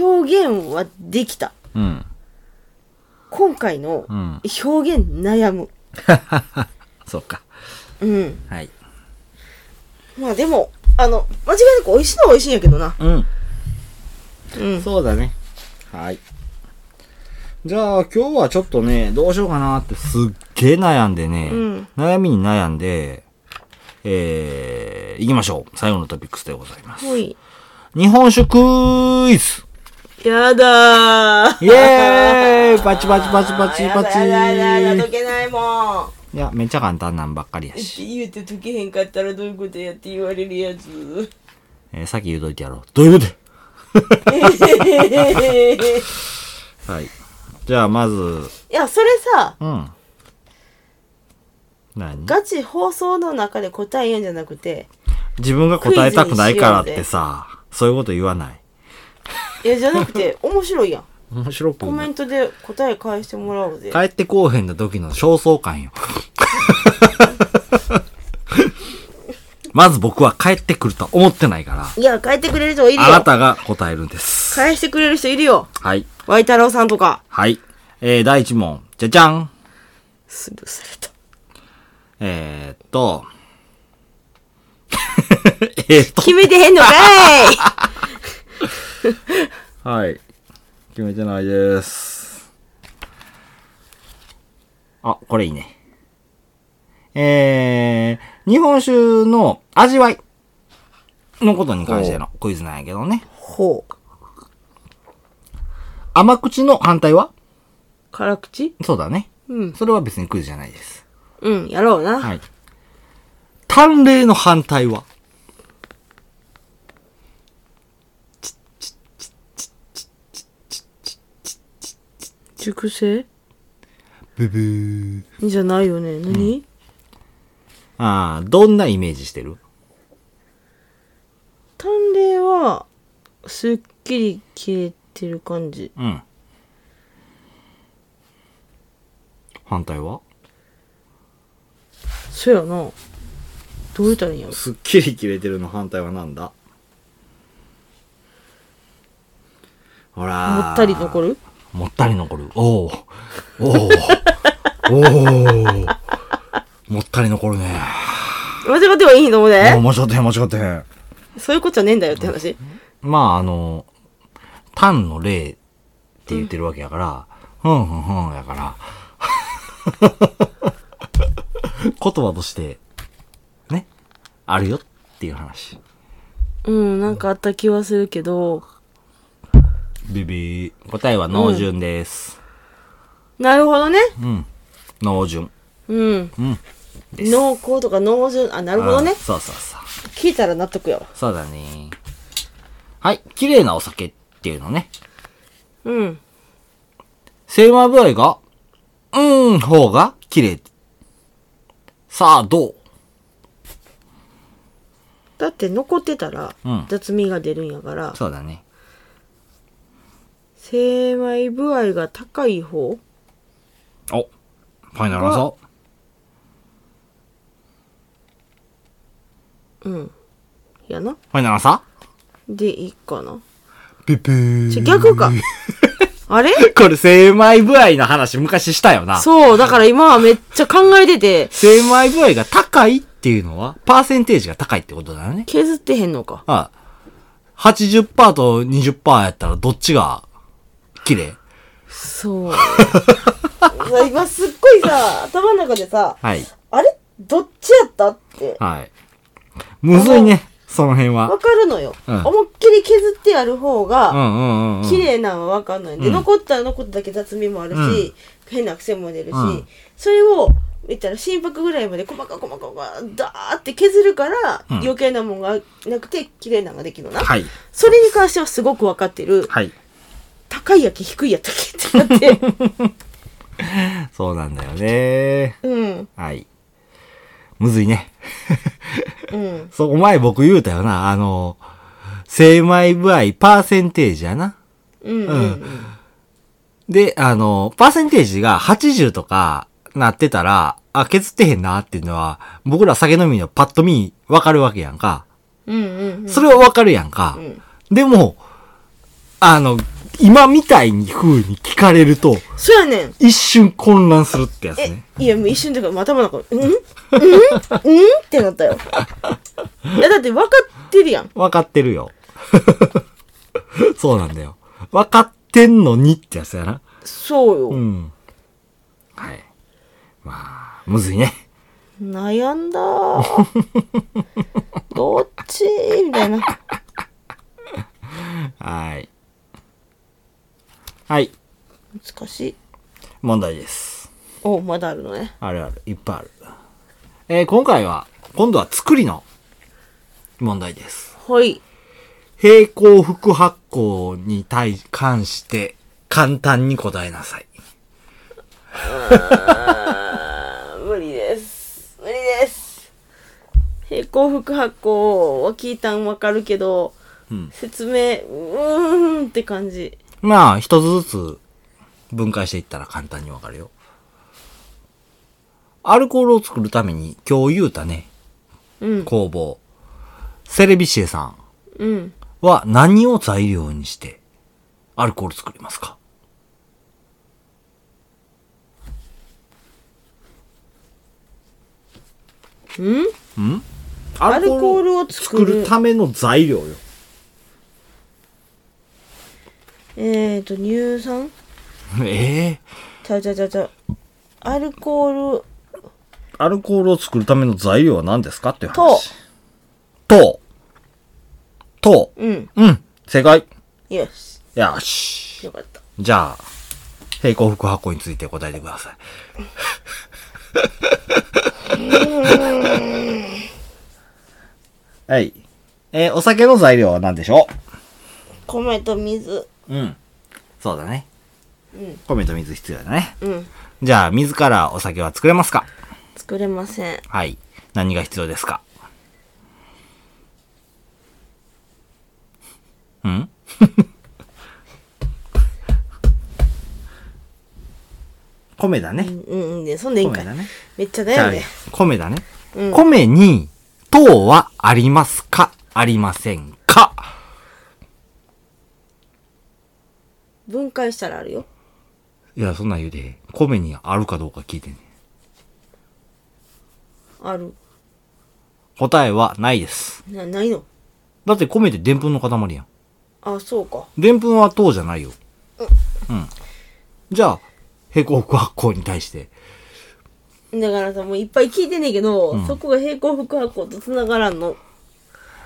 [SPEAKER 2] 表現はできた。
[SPEAKER 1] うん。
[SPEAKER 2] 今回の
[SPEAKER 1] うん。
[SPEAKER 2] 表現悩む。
[SPEAKER 1] そうか。
[SPEAKER 2] うん。
[SPEAKER 1] はい。
[SPEAKER 2] まあでも、あの、間違いなく美味しいのは美味しいんやけどな。
[SPEAKER 1] うん。
[SPEAKER 2] うん。
[SPEAKER 1] そうだね。はい。じゃあ今日はちょっとね、どうしようかなってすっげえ悩んでね、
[SPEAKER 2] うん
[SPEAKER 1] 悩みに悩んで、えー、行きましょう。最後のトピックスでございます。
[SPEAKER 2] ほい。
[SPEAKER 1] 日本酒クイズ
[SPEAKER 2] やだー。
[SPEAKER 1] イエーイパチパチパチパチパチ
[SPEAKER 2] やだやだやだ、溶けないもん。
[SPEAKER 1] いや、めっちゃ簡単なんばっかりやし。
[SPEAKER 2] て言うて解けへんかったらどういうことやって言われるやつ。
[SPEAKER 1] えーさっき言うといてやろう。どういうことや
[SPEAKER 2] い
[SPEAKER 1] はい。じゃあ、まず、
[SPEAKER 2] や、それさ、
[SPEAKER 1] うん。何
[SPEAKER 2] ガチ放送の中で答えやんじゃなくて、
[SPEAKER 1] 自分が答えたくないからってさ、そういうこと言わない。
[SPEAKER 2] いや、じゃなく て、面白いやん。
[SPEAKER 1] 面白く
[SPEAKER 2] コ
[SPEAKER 1] な
[SPEAKER 2] メ
[SPEAKER 1] い。
[SPEAKER 2] ントで答え返してもらおうぜ。
[SPEAKER 1] 帰ってこうへんの時の焦燥感よ。 まず僕は帰ってくるとは思ってないから、
[SPEAKER 2] いや、返ってくれる人いる
[SPEAKER 1] あな
[SPEAKER 2] よ。
[SPEAKER 1] たが答えるんです。
[SPEAKER 2] 返してくれる人いるよ。
[SPEAKER 1] はい。
[SPEAKER 2] ワイタロウさんとか。
[SPEAKER 1] はい。えー、第一問。じゃじゃん。
[SPEAKER 2] スルーされた。
[SPEAKER 1] えー、っと。 えーっと。
[SPEAKER 2] 決めてへんのか い
[SPEAKER 1] はい。決めてないです。あ、これいいね。えー、日本酒の味わいのことに関してのクイズなんやけどね。
[SPEAKER 2] ほう。
[SPEAKER 1] 甘口の反対は
[SPEAKER 2] 辛口
[SPEAKER 1] そうだね。
[SPEAKER 2] うん。
[SPEAKER 1] それは別にクイズじゃないです。
[SPEAKER 2] うん、やろうな。
[SPEAKER 1] はい。淡麗の反対は
[SPEAKER 2] 熟成
[SPEAKER 1] ブブー。
[SPEAKER 2] じゃないよね。何、
[SPEAKER 1] あー、どんなイメージしてる
[SPEAKER 2] 淡麗は、すっきり切れてる感じ。
[SPEAKER 1] うん。反対は
[SPEAKER 2] そやな。どう言ったらいいんやろ。
[SPEAKER 1] すっきり切れてるの反対はなんだほらー
[SPEAKER 2] もったり残る
[SPEAKER 1] もったり残るおおお おおおもったり残るね
[SPEAKER 2] 間違ってはいいのも
[SPEAKER 1] もう
[SPEAKER 2] ね。
[SPEAKER 1] 間違ってへん間違ってへん
[SPEAKER 2] そういうことじゃねえんだよって話。
[SPEAKER 1] まああの単の例って言ってるわけやからふんふんふんやから 言葉としてねあるよっていう話
[SPEAKER 2] うん、なんかあった気はするけど。
[SPEAKER 1] ビビー答えは脳順です、
[SPEAKER 2] なるほどね。
[SPEAKER 1] うん。脳順。
[SPEAKER 2] うん。
[SPEAKER 1] ん
[SPEAKER 2] 濃厚とか濃順、あ、なるほどね
[SPEAKER 1] あ。そうそうそう。
[SPEAKER 2] 聞いたら納得やわ。
[SPEAKER 1] そうだね。はい。綺麗なお酒っていうのね。
[SPEAKER 2] うん。
[SPEAKER 1] 精米部合が、うーん、方が綺麗。さあ、どう
[SPEAKER 2] だって残ってたら
[SPEAKER 1] うん、
[SPEAKER 2] 雑味が出るんやから、
[SPEAKER 1] そうだね。
[SPEAKER 2] 精米具合が高い方
[SPEAKER 1] お。ファイナルアンサー。
[SPEAKER 2] やな。
[SPEAKER 1] ファイナルアンサ
[SPEAKER 2] で、いいかな。
[SPEAKER 1] ーピピ
[SPEAKER 2] ちょ、
[SPEAKER 1] ー。
[SPEAKER 2] 逆か。あれ
[SPEAKER 1] これ、精米部合の話昔したよな。
[SPEAKER 2] そう、だから今はめっちゃ考えてて、
[SPEAKER 1] 精米部合が高いっていうのは、パーセンテージが高いってことだよね。
[SPEAKER 2] 削ってへんのか。
[SPEAKER 1] あ、80%と20%やったらどっちが綺麗
[SPEAKER 2] そう。今すっごいさ、頭の中でさ、
[SPEAKER 1] はい。
[SPEAKER 2] あれどっちやったって。
[SPEAKER 1] はい。むずいね、その辺は
[SPEAKER 2] わ。かるのよ、
[SPEAKER 1] うん
[SPEAKER 2] 思いっきり削ってやる方
[SPEAKER 1] う
[SPEAKER 2] が
[SPEAKER 1] んうんうんうん。
[SPEAKER 2] 綺麗なのはわかんない、で
[SPEAKER 1] うん
[SPEAKER 2] 残ったら残っただけ雑味もあるし、
[SPEAKER 1] うん
[SPEAKER 2] 変な癖も出るし、
[SPEAKER 1] うん
[SPEAKER 2] それを見たら心拍ぐらいまで細か細か細かダーって削るから、
[SPEAKER 1] うん
[SPEAKER 2] 余計なもんがなくて綺麗なのができるのな、
[SPEAKER 1] はい。
[SPEAKER 2] それに関してはすごくわかってる
[SPEAKER 1] はい。
[SPEAKER 2] 高いやけ低いやったっ けってなって
[SPEAKER 1] そうなんだよね。
[SPEAKER 2] うん
[SPEAKER 1] はい。むずいね。
[SPEAKER 2] うん
[SPEAKER 1] そう、前僕言うたよな。あの、精米部合、パーセンテージやな。
[SPEAKER 2] うんうん
[SPEAKER 1] で、あの、パーセンテージが80とかなってたら、あ、削ってへんなっていうのは、僕ら酒飲みのパッと見わかるわけやんか。
[SPEAKER 2] うんうん
[SPEAKER 1] それはわかるやんか。
[SPEAKER 2] うん
[SPEAKER 1] でも、あの、今みたいに風に聞かれると、
[SPEAKER 2] そうやねん
[SPEAKER 1] 一瞬混乱するってやつ
[SPEAKER 2] え、
[SPEAKER 1] ね。
[SPEAKER 2] いや、もう一瞬というか、頭の中、 うんうんうんってなったよ。いや、だって分かってるやん。
[SPEAKER 1] わかってるよ。 そうなんだよ。わかってんのにってやつやな。
[SPEAKER 2] そうよ。
[SPEAKER 1] うん。はい。まあ、むずいね。
[SPEAKER 2] 悩ん だーどっちみたいな。
[SPEAKER 1] はい。はい。
[SPEAKER 2] 難しい。
[SPEAKER 1] 問題です。
[SPEAKER 2] おまだあるのね
[SPEAKER 1] あるある、いっぱいある。えー今回は、今度は作りの問題です。
[SPEAKER 2] ほい
[SPEAKER 1] 平行副発酵に対、関して、簡単に答えなさい。
[SPEAKER 2] あ 無理です無理です平行副発酵は聞いたんわかるけど、
[SPEAKER 1] ん
[SPEAKER 2] 説明うーんって感じ
[SPEAKER 1] まあ、一つずつ分解していったら簡単にわかるよ。アルコールを作るために、今日言うたね、
[SPEAKER 2] うん
[SPEAKER 1] 工房。セレビシエさん
[SPEAKER 2] うん
[SPEAKER 1] は何を材料にして、アルコール作りますか
[SPEAKER 2] うん
[SPEAKER 1] ア
[SPEAKER 2] アルコールを
[SPEAKER 1] 作
[SPEAKER 2] 作る
[SPEAKER 1] るための材料 よ。
[SPEAKER 2] えーと乳酸
[SPEAKER 1] ええ
[SPEAKER 2] ちゃうちゃうちゃうちゃうアルコール
[SPEAKER 1] アルコールを作るための材料は何ですかっていう話
[SPEAKER 2] 話。
[SPEAKER 1] 糖。糖。
[SPEAKER 2] うん
[SPEAKER 1] うん。正解。
[SPEAKER 2] よし
[SPEAKER 1] よし。
[SPEAKER 2] よかった
[SPEAKER 1] じゃあ、平行副発酵について答えてください。はい。えーお酒の材料は何でしょ
[SPEAKER 2] 米と水
[SPEAKER 1] ううん。そうだね。
[SPEAKER 2] うん
[SPEAKER 1] 米と水必要だね。
[SPEAKER 2] うん
[SPEAKER 1] じゃあ、水からお酒は作れますか
[SPEAKER 2] 作れません
[SPEAKER 1] はい。何が必要ですかん 米だね。
[SPEAKER 2] うんうんでそんでいいんかい、
[SPEAKER 1] 米だね
[SPEAKER 2] めっちゃだよね
[SPEAKER 1] じゃあ米だね。
[SPEAKER 2] うん
[SPEAKER 1] 米に糖はありますかありませんか
[SPEAKER 2] 分解したらあるよ
[SPEAKER 1] いや、そんなん言うで、米にあるかどうか聞いてね。
[SPEAKER 2] ある
[SPEAKER 1] 答えはないです。
[SPEAKER 2] なないの
[SPEAKER 1] だって米ってでんぷんの塊やん。
[SPEAKER 2] あそうか
[SPEAKER 1] でんぷんは糖じゃないよ。うん。じゃあ、平行副発酵に対して。
[SPEAKER 2] だからさもういっぱい聞いてんねんけど、そこが平行副発行とつながらんの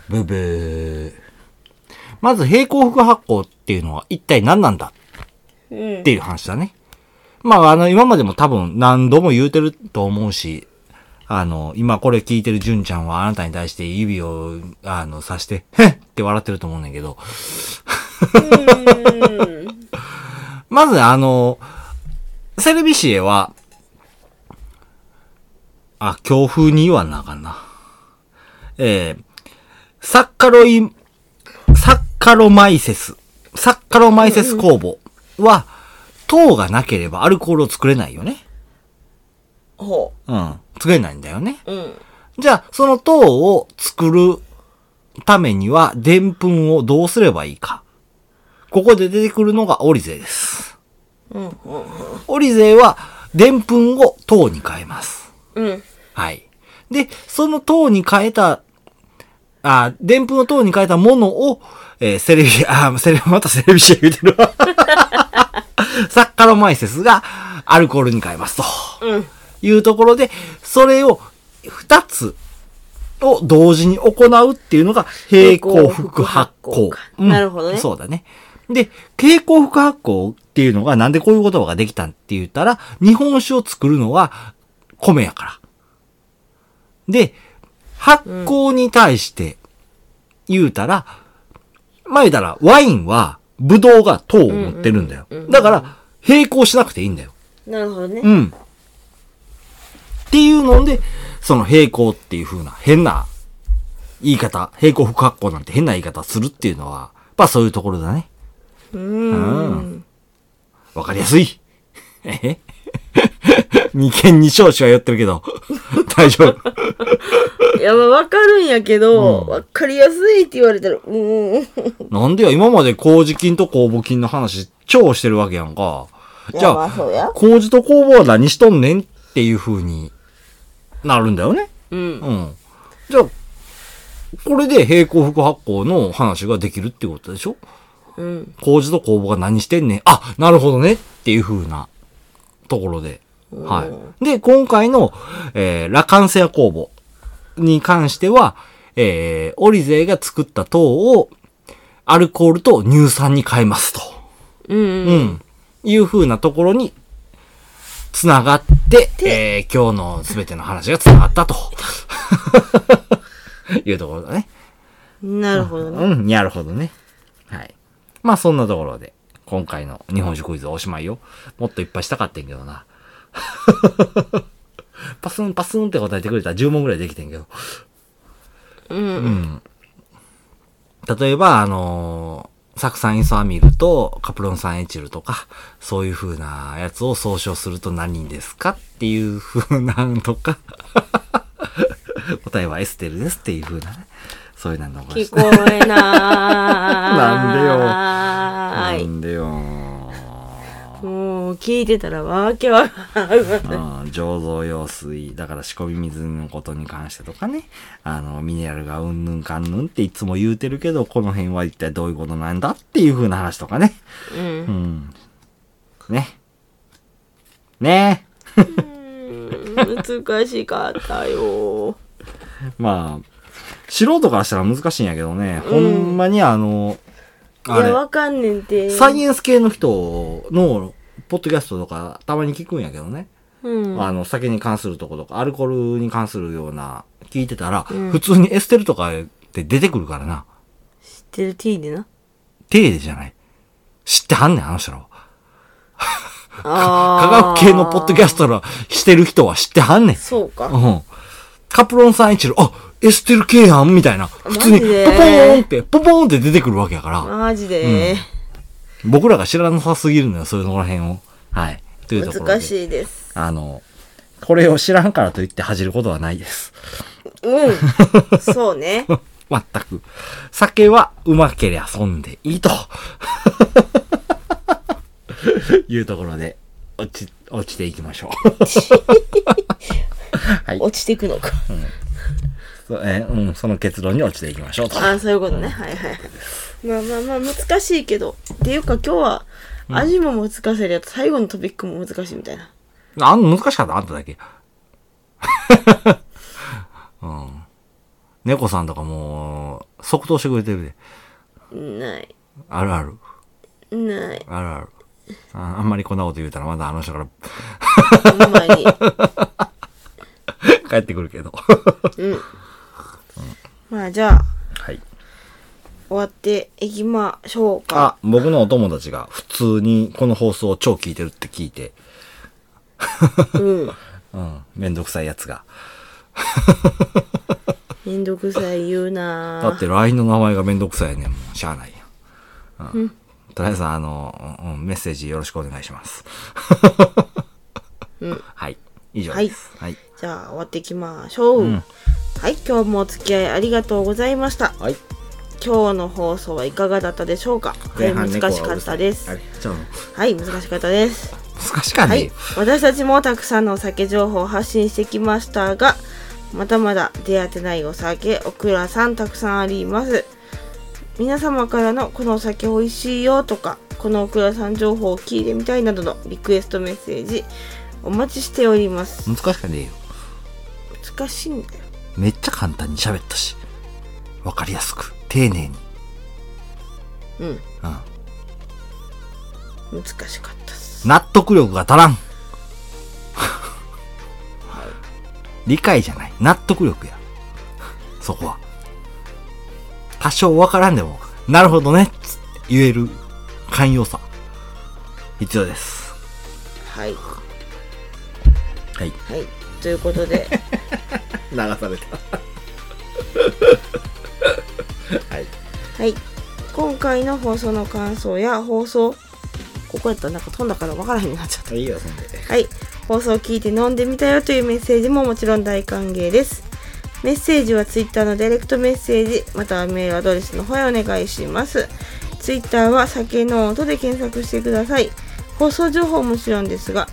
[SPEAKER 1] ブブー。まず平行副発酵っていうのは一体何なんだ
[SPEAKER 2] うん
[SPEAKER 1] っていう話だね。まあ、あの、今までも多分何度も言うてると思うし、あの、今これ聞いてる純ちゃんはあなたに対して指を、あの、刺して、へっって笑ってると思うねんだけど、 まず、あの、セルビシエは、あ、強風に言わなあかんな。えー、サッカロイン、サッカロマイセス、サッカロマイセス工房は、糖がなければアルコールを作れないよね。
[SPEAKER 2] ほ
[SPEAKER 1] うん。作れないんだよね。
[SPEAKER 2] ううん
[SPEAKER 1] じゃあ、その糖を作るためには、でんぷんをどうすればいいか。ここで出てくるのがオリゼです。
[SPEAKER 2] うん
[SPEAKER 1] オリゼは、でんぷんを糖に変えます。
[SPEAKER 2] うん
[SPEAKER 1] はい。で、その糖に変えた、あ、でんぷんを糖に変えたものを、えーセレビ、あ、セレ、またセレビシェ言うてるわ。 サッカロマイセスがアルコールに変えますと。
[SPEAKER 2] うん
[SPEAKER 1] いうところで、それを二つを同時に行うっていうのが平行副発酵
[SPEAKER 2] 平行副発酵か。なるほどね
[SPEAKER 1] そうだね。で、平行副発酵っていうのがなんでこういう言葉ができたんって言ったら、日本酒を作るのは米やから。で、発酵に対して言うたら、まあ言うたらワインはブドウが糖を持ってるんだよ
[SPEAKER 2] うんうんうんう。ん
[SPEAKER 1] だから、並行しなくていいんだよ。
[SPEAKER 2] なるほどね
[SPEAKER 1] うん。っていうので、その平行っていう風な変な言い方、平行不発行なんて変な言い方するっていうのは、まあそういうところだね。
[SPEAKER 2] うんん
[SPEAKER 1] わかりやすい。えへ二件二少子は言ってるけど、 大丈夫。
[SPEAKER 2] いやまあわかるんやけど、わかりやすいって言われたらうんうん
[SPEAKER 1] なんでや、今まで麹菌と酵母菌の話、超してるわけやんか。じ
[SPEAKER 2] いやま
[SPEAKER 1] ゃ
[SPEAKER 2] あ
[SPEAKER 1] あ、
[SPEAKER 2] そうや
[SPEAKER 1] 麹と酵母は何しとんねんっていう風になるんだよね。
[SPEAKER 2] うん
[SPEAKER 1] うん。じゃあ、これで平行副発酵の話ができるってことでしょ
[SPEAKER 2] うん
[SPEAKER 1] 麹と酵母が何してんねん。あ、なるほどねっていう風なところで。はい。で、今回の、えー、ラカンセア酵母に関しては、えー、オリゼが作った糖をアルコールと乳酸に変えますと。
[SPEAKER 2] うん
[SPEAKER 1] うん。いう風なところにつながって、
[SPEAKER 2] で
[SPEAKER 1] えー今日のすべての話がつながったと。 いうところだね。
[SPEAKER 2] なるほどね。
[SPEAKER 1] うん、なるほどね。はい。まあそんなところで、今回の日本酒クイズはおしまいよ。もっといっぱいしたかってんけどな。 パスンパスンって答えてくれたら10問ぐらいできてんけど。
[SPEAKER 2] うん。
[SPEAKER 1] 例えば、あのー酢酸イソアミルとカプロン酸エチルとか、そういう風なやつを総称すると何ですかっていう風なんとか、 答えはエステルですっていう風なね、そういうなんとか
[SPEAKER 2] 聞こえなーい。
[SPEAKER 1] な
[SPEAKER 2] な
[SPEAKER 1] で
[SPEAKER 2] ん
[SPEAKER 1] よ。なんでよ。
[SPEAKER 2] もう聞いてたらわけわからん。
[SPEAKER 1] うん、醸造用水、だから仕込み水のことに関してとかね、あの、ミネラルがうんぬんかんぬんっていつも言うてるけど、この辺は一体どういうことなんだっていう風な話とかね。
[SPEAKER 2] う。
[SPEAKER 1] うんん。ね。ね
[SPEAKER 2] うん難しかったよ。
[SPEAKER 1] まあ、素人からしたら難しいんやけどね、ほんまにあの、
[SPEAKER 2] い
[SPEAKER 1] あ
[SPEAKER 2] や、
[SPEAKER 1] れ、
[SPEAKER 2] わかんねんて。
[SPEAKER 1] サイエンス系の人の、ポッドキャストとか、たまに聞くんやけどね。
[SPEAKER 2] うん。
[SPEAKER 1] あの、酒に関するとことか、アルコールに関するような、聞いてたら、
[SPEAKER 2] うん
[SPEAKER 1] 普通にエステルとかって出てくるからな。
[SPEAKER 2] 知ってる T でな。
[SPEAKER 1] 手入れじゃない。知ってはんねん、あの人らは。科
[SPEAKER 2] 科
[SPEAKER 1] 学系のポッドキャストらしてる人は知ってはんねん。
[SPEAKER 2] そうか。
[SPEAKER 1] うん。カプロン酸エチル、あ、エステル系やんみたいな。普通に、
[SPEAKER 2] マ
[SPEAKER 1] ポポ
[SPEAKER 2] ジで
[SPEAKER 1] ーンって、ポポーンって出てくるわけやから、
[SPEAKER 2] マジで、
[SPEAKER 1] 僕らが知らなさすぎるのよ、そういうのら辺を。はい。というところで。
[SPEAKER 2] 難しいです。
[SPEAKER 1] あの、これを知らんからといって恥じることはないです。
[SPEAKER 2] うん。そうね。
[SPEAKER 1] 全く。酒はうまけりゃ損でいいと。 いうところで、落ち、落ちていきましょう。はい
[SPEAKER 2] 落ちていくのか。
[SPEAKER 1] そえーうん、そ の結論に落ちていきましょうと。
[SPEAKER 2] ああ、そういうことね。はいはいはい。まあまあまあ、難しいけど。っていうか今日は、味も難しいやつ、最後のトピックも難しいみたいな。
[SPEAKER 1] あんの難しかったあんただけ。 うん。猫さんとかもう、即答してくれてるで。
[SPEAKER 2] ない。
[SPEAKER 1] あるある。
[SPEAKER 2] ない。
[SPEAKER 1] あるある。ああんまりこんなこと言うたらまだあの人から
[SPEAKER 2] ほんま に。
[SPEAKER 1] 帰ってくるけど。
[SPEAKER 2] まあじゃあ、
[SPEAKER 1] はい。
[SPEAKER 2] 終わっていきましょうか。
[SPEAKER 1] あ、僕のお友達が普通にこの放送を超聞いてるって聞いて、
[SPEAKER 2] うん。
[SPEAKER 1] うん、めんどくさいやつが。
[SPEAKER 2] めんどくさい言う
[SPEAKER 1] だ
[SPEAKER 2] な
[SPEAKER 1] って LINE の名前がめんどくさいねんもうしゃあないやん。うん。とりあえず、あの、うんうんメッセージよろしくお願いします。はい。以上です。はい。
[SPEAKER 2] じゃあ終わっていきましょう。はい、今日もお付き合いありがとうございました。
[SPEAKER 1] はい。
[SPEAKER 2] 今日の放送はいかがだったでしょうか。はい、難しかったです。
[SPEAKER 1] は
[SPEAKER 2] はい
[SPEAKER 1] い、ちょっ
[SPEAKER 2] はい、難しかったです。
[SPEAKER 1] と難しか
[SPEAKER 2] は
[SPEAKER 1] ね
[SPEAKER 2] い、私たちもたくさんのお酒情報を発信してきましたが、まだまだ出会ってないお酒、オクラさんたくさんあります。皆様からのこのお酒美味しいよとか、このオクラさん情報を聞いてみたいなどのリクエストメッセージお待ちしております。
[SPEAKER 1] 難しかねえよ。
[SPEAKER 2] 難しいんだよ。
[SPEAKER 1] めっちゃ簡単に喋ったし。わかりやすく、丁寧に。
[SPEAKER 2] うん、
[SPEAKER 1] うん。
[SPEAKER 2] 難しかったっす。
[SPEAKER 1] 納得力が足らん。理解じゃない。納得力や。そこは。多少わからんでも、なるほどね、つって言える寛容さ。必要です。
[SPEAKER 2] はい。
[SPEAKER 1] はい。
[SPEAKER 2] はい、ということで、
[SPEAKER 1] 流された。はい。
[SPEAKER 2] はい、今回の放送の感想や放送、ここやったらなんか飛んだから分からへんようになっちゃった。
[SPEAKER 1] いいよ、そんで。
[SPEAKER 2] はい、放送を聞いて飲んでみたよというメッセージももちろん大歓迎です。メッセージは Twitter のダイレクトメッセージ、またはメールアドレスの方へお願いします。Twitter は酒の音で検索してください。放送情報はもちろんですが、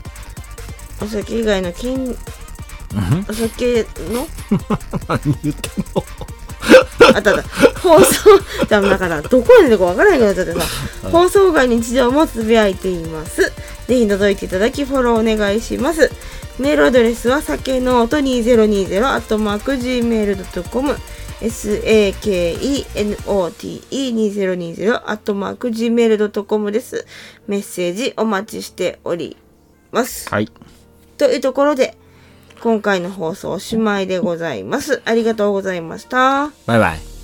[SPEAKER 2] お酒以外の金、お酒の
[SPEAKER 1] 何言ってんの
[SPEAKER 2] あったあった放送でもだからどこに出てるかわからないけどだってさ放送外日常もつぶやいていますぜひ覗いていただきフォローお願いしますメールアドレスは酒の音2020 at mark gmail.com sakenote2020 at mark gmail.com ですメッセージお待ちしております
[SPEAKER 1] はい。
[SPEAKER 2] というところで今回の放送おしまいでございますありがとうございました
[SPEAKER 1] バイバイ。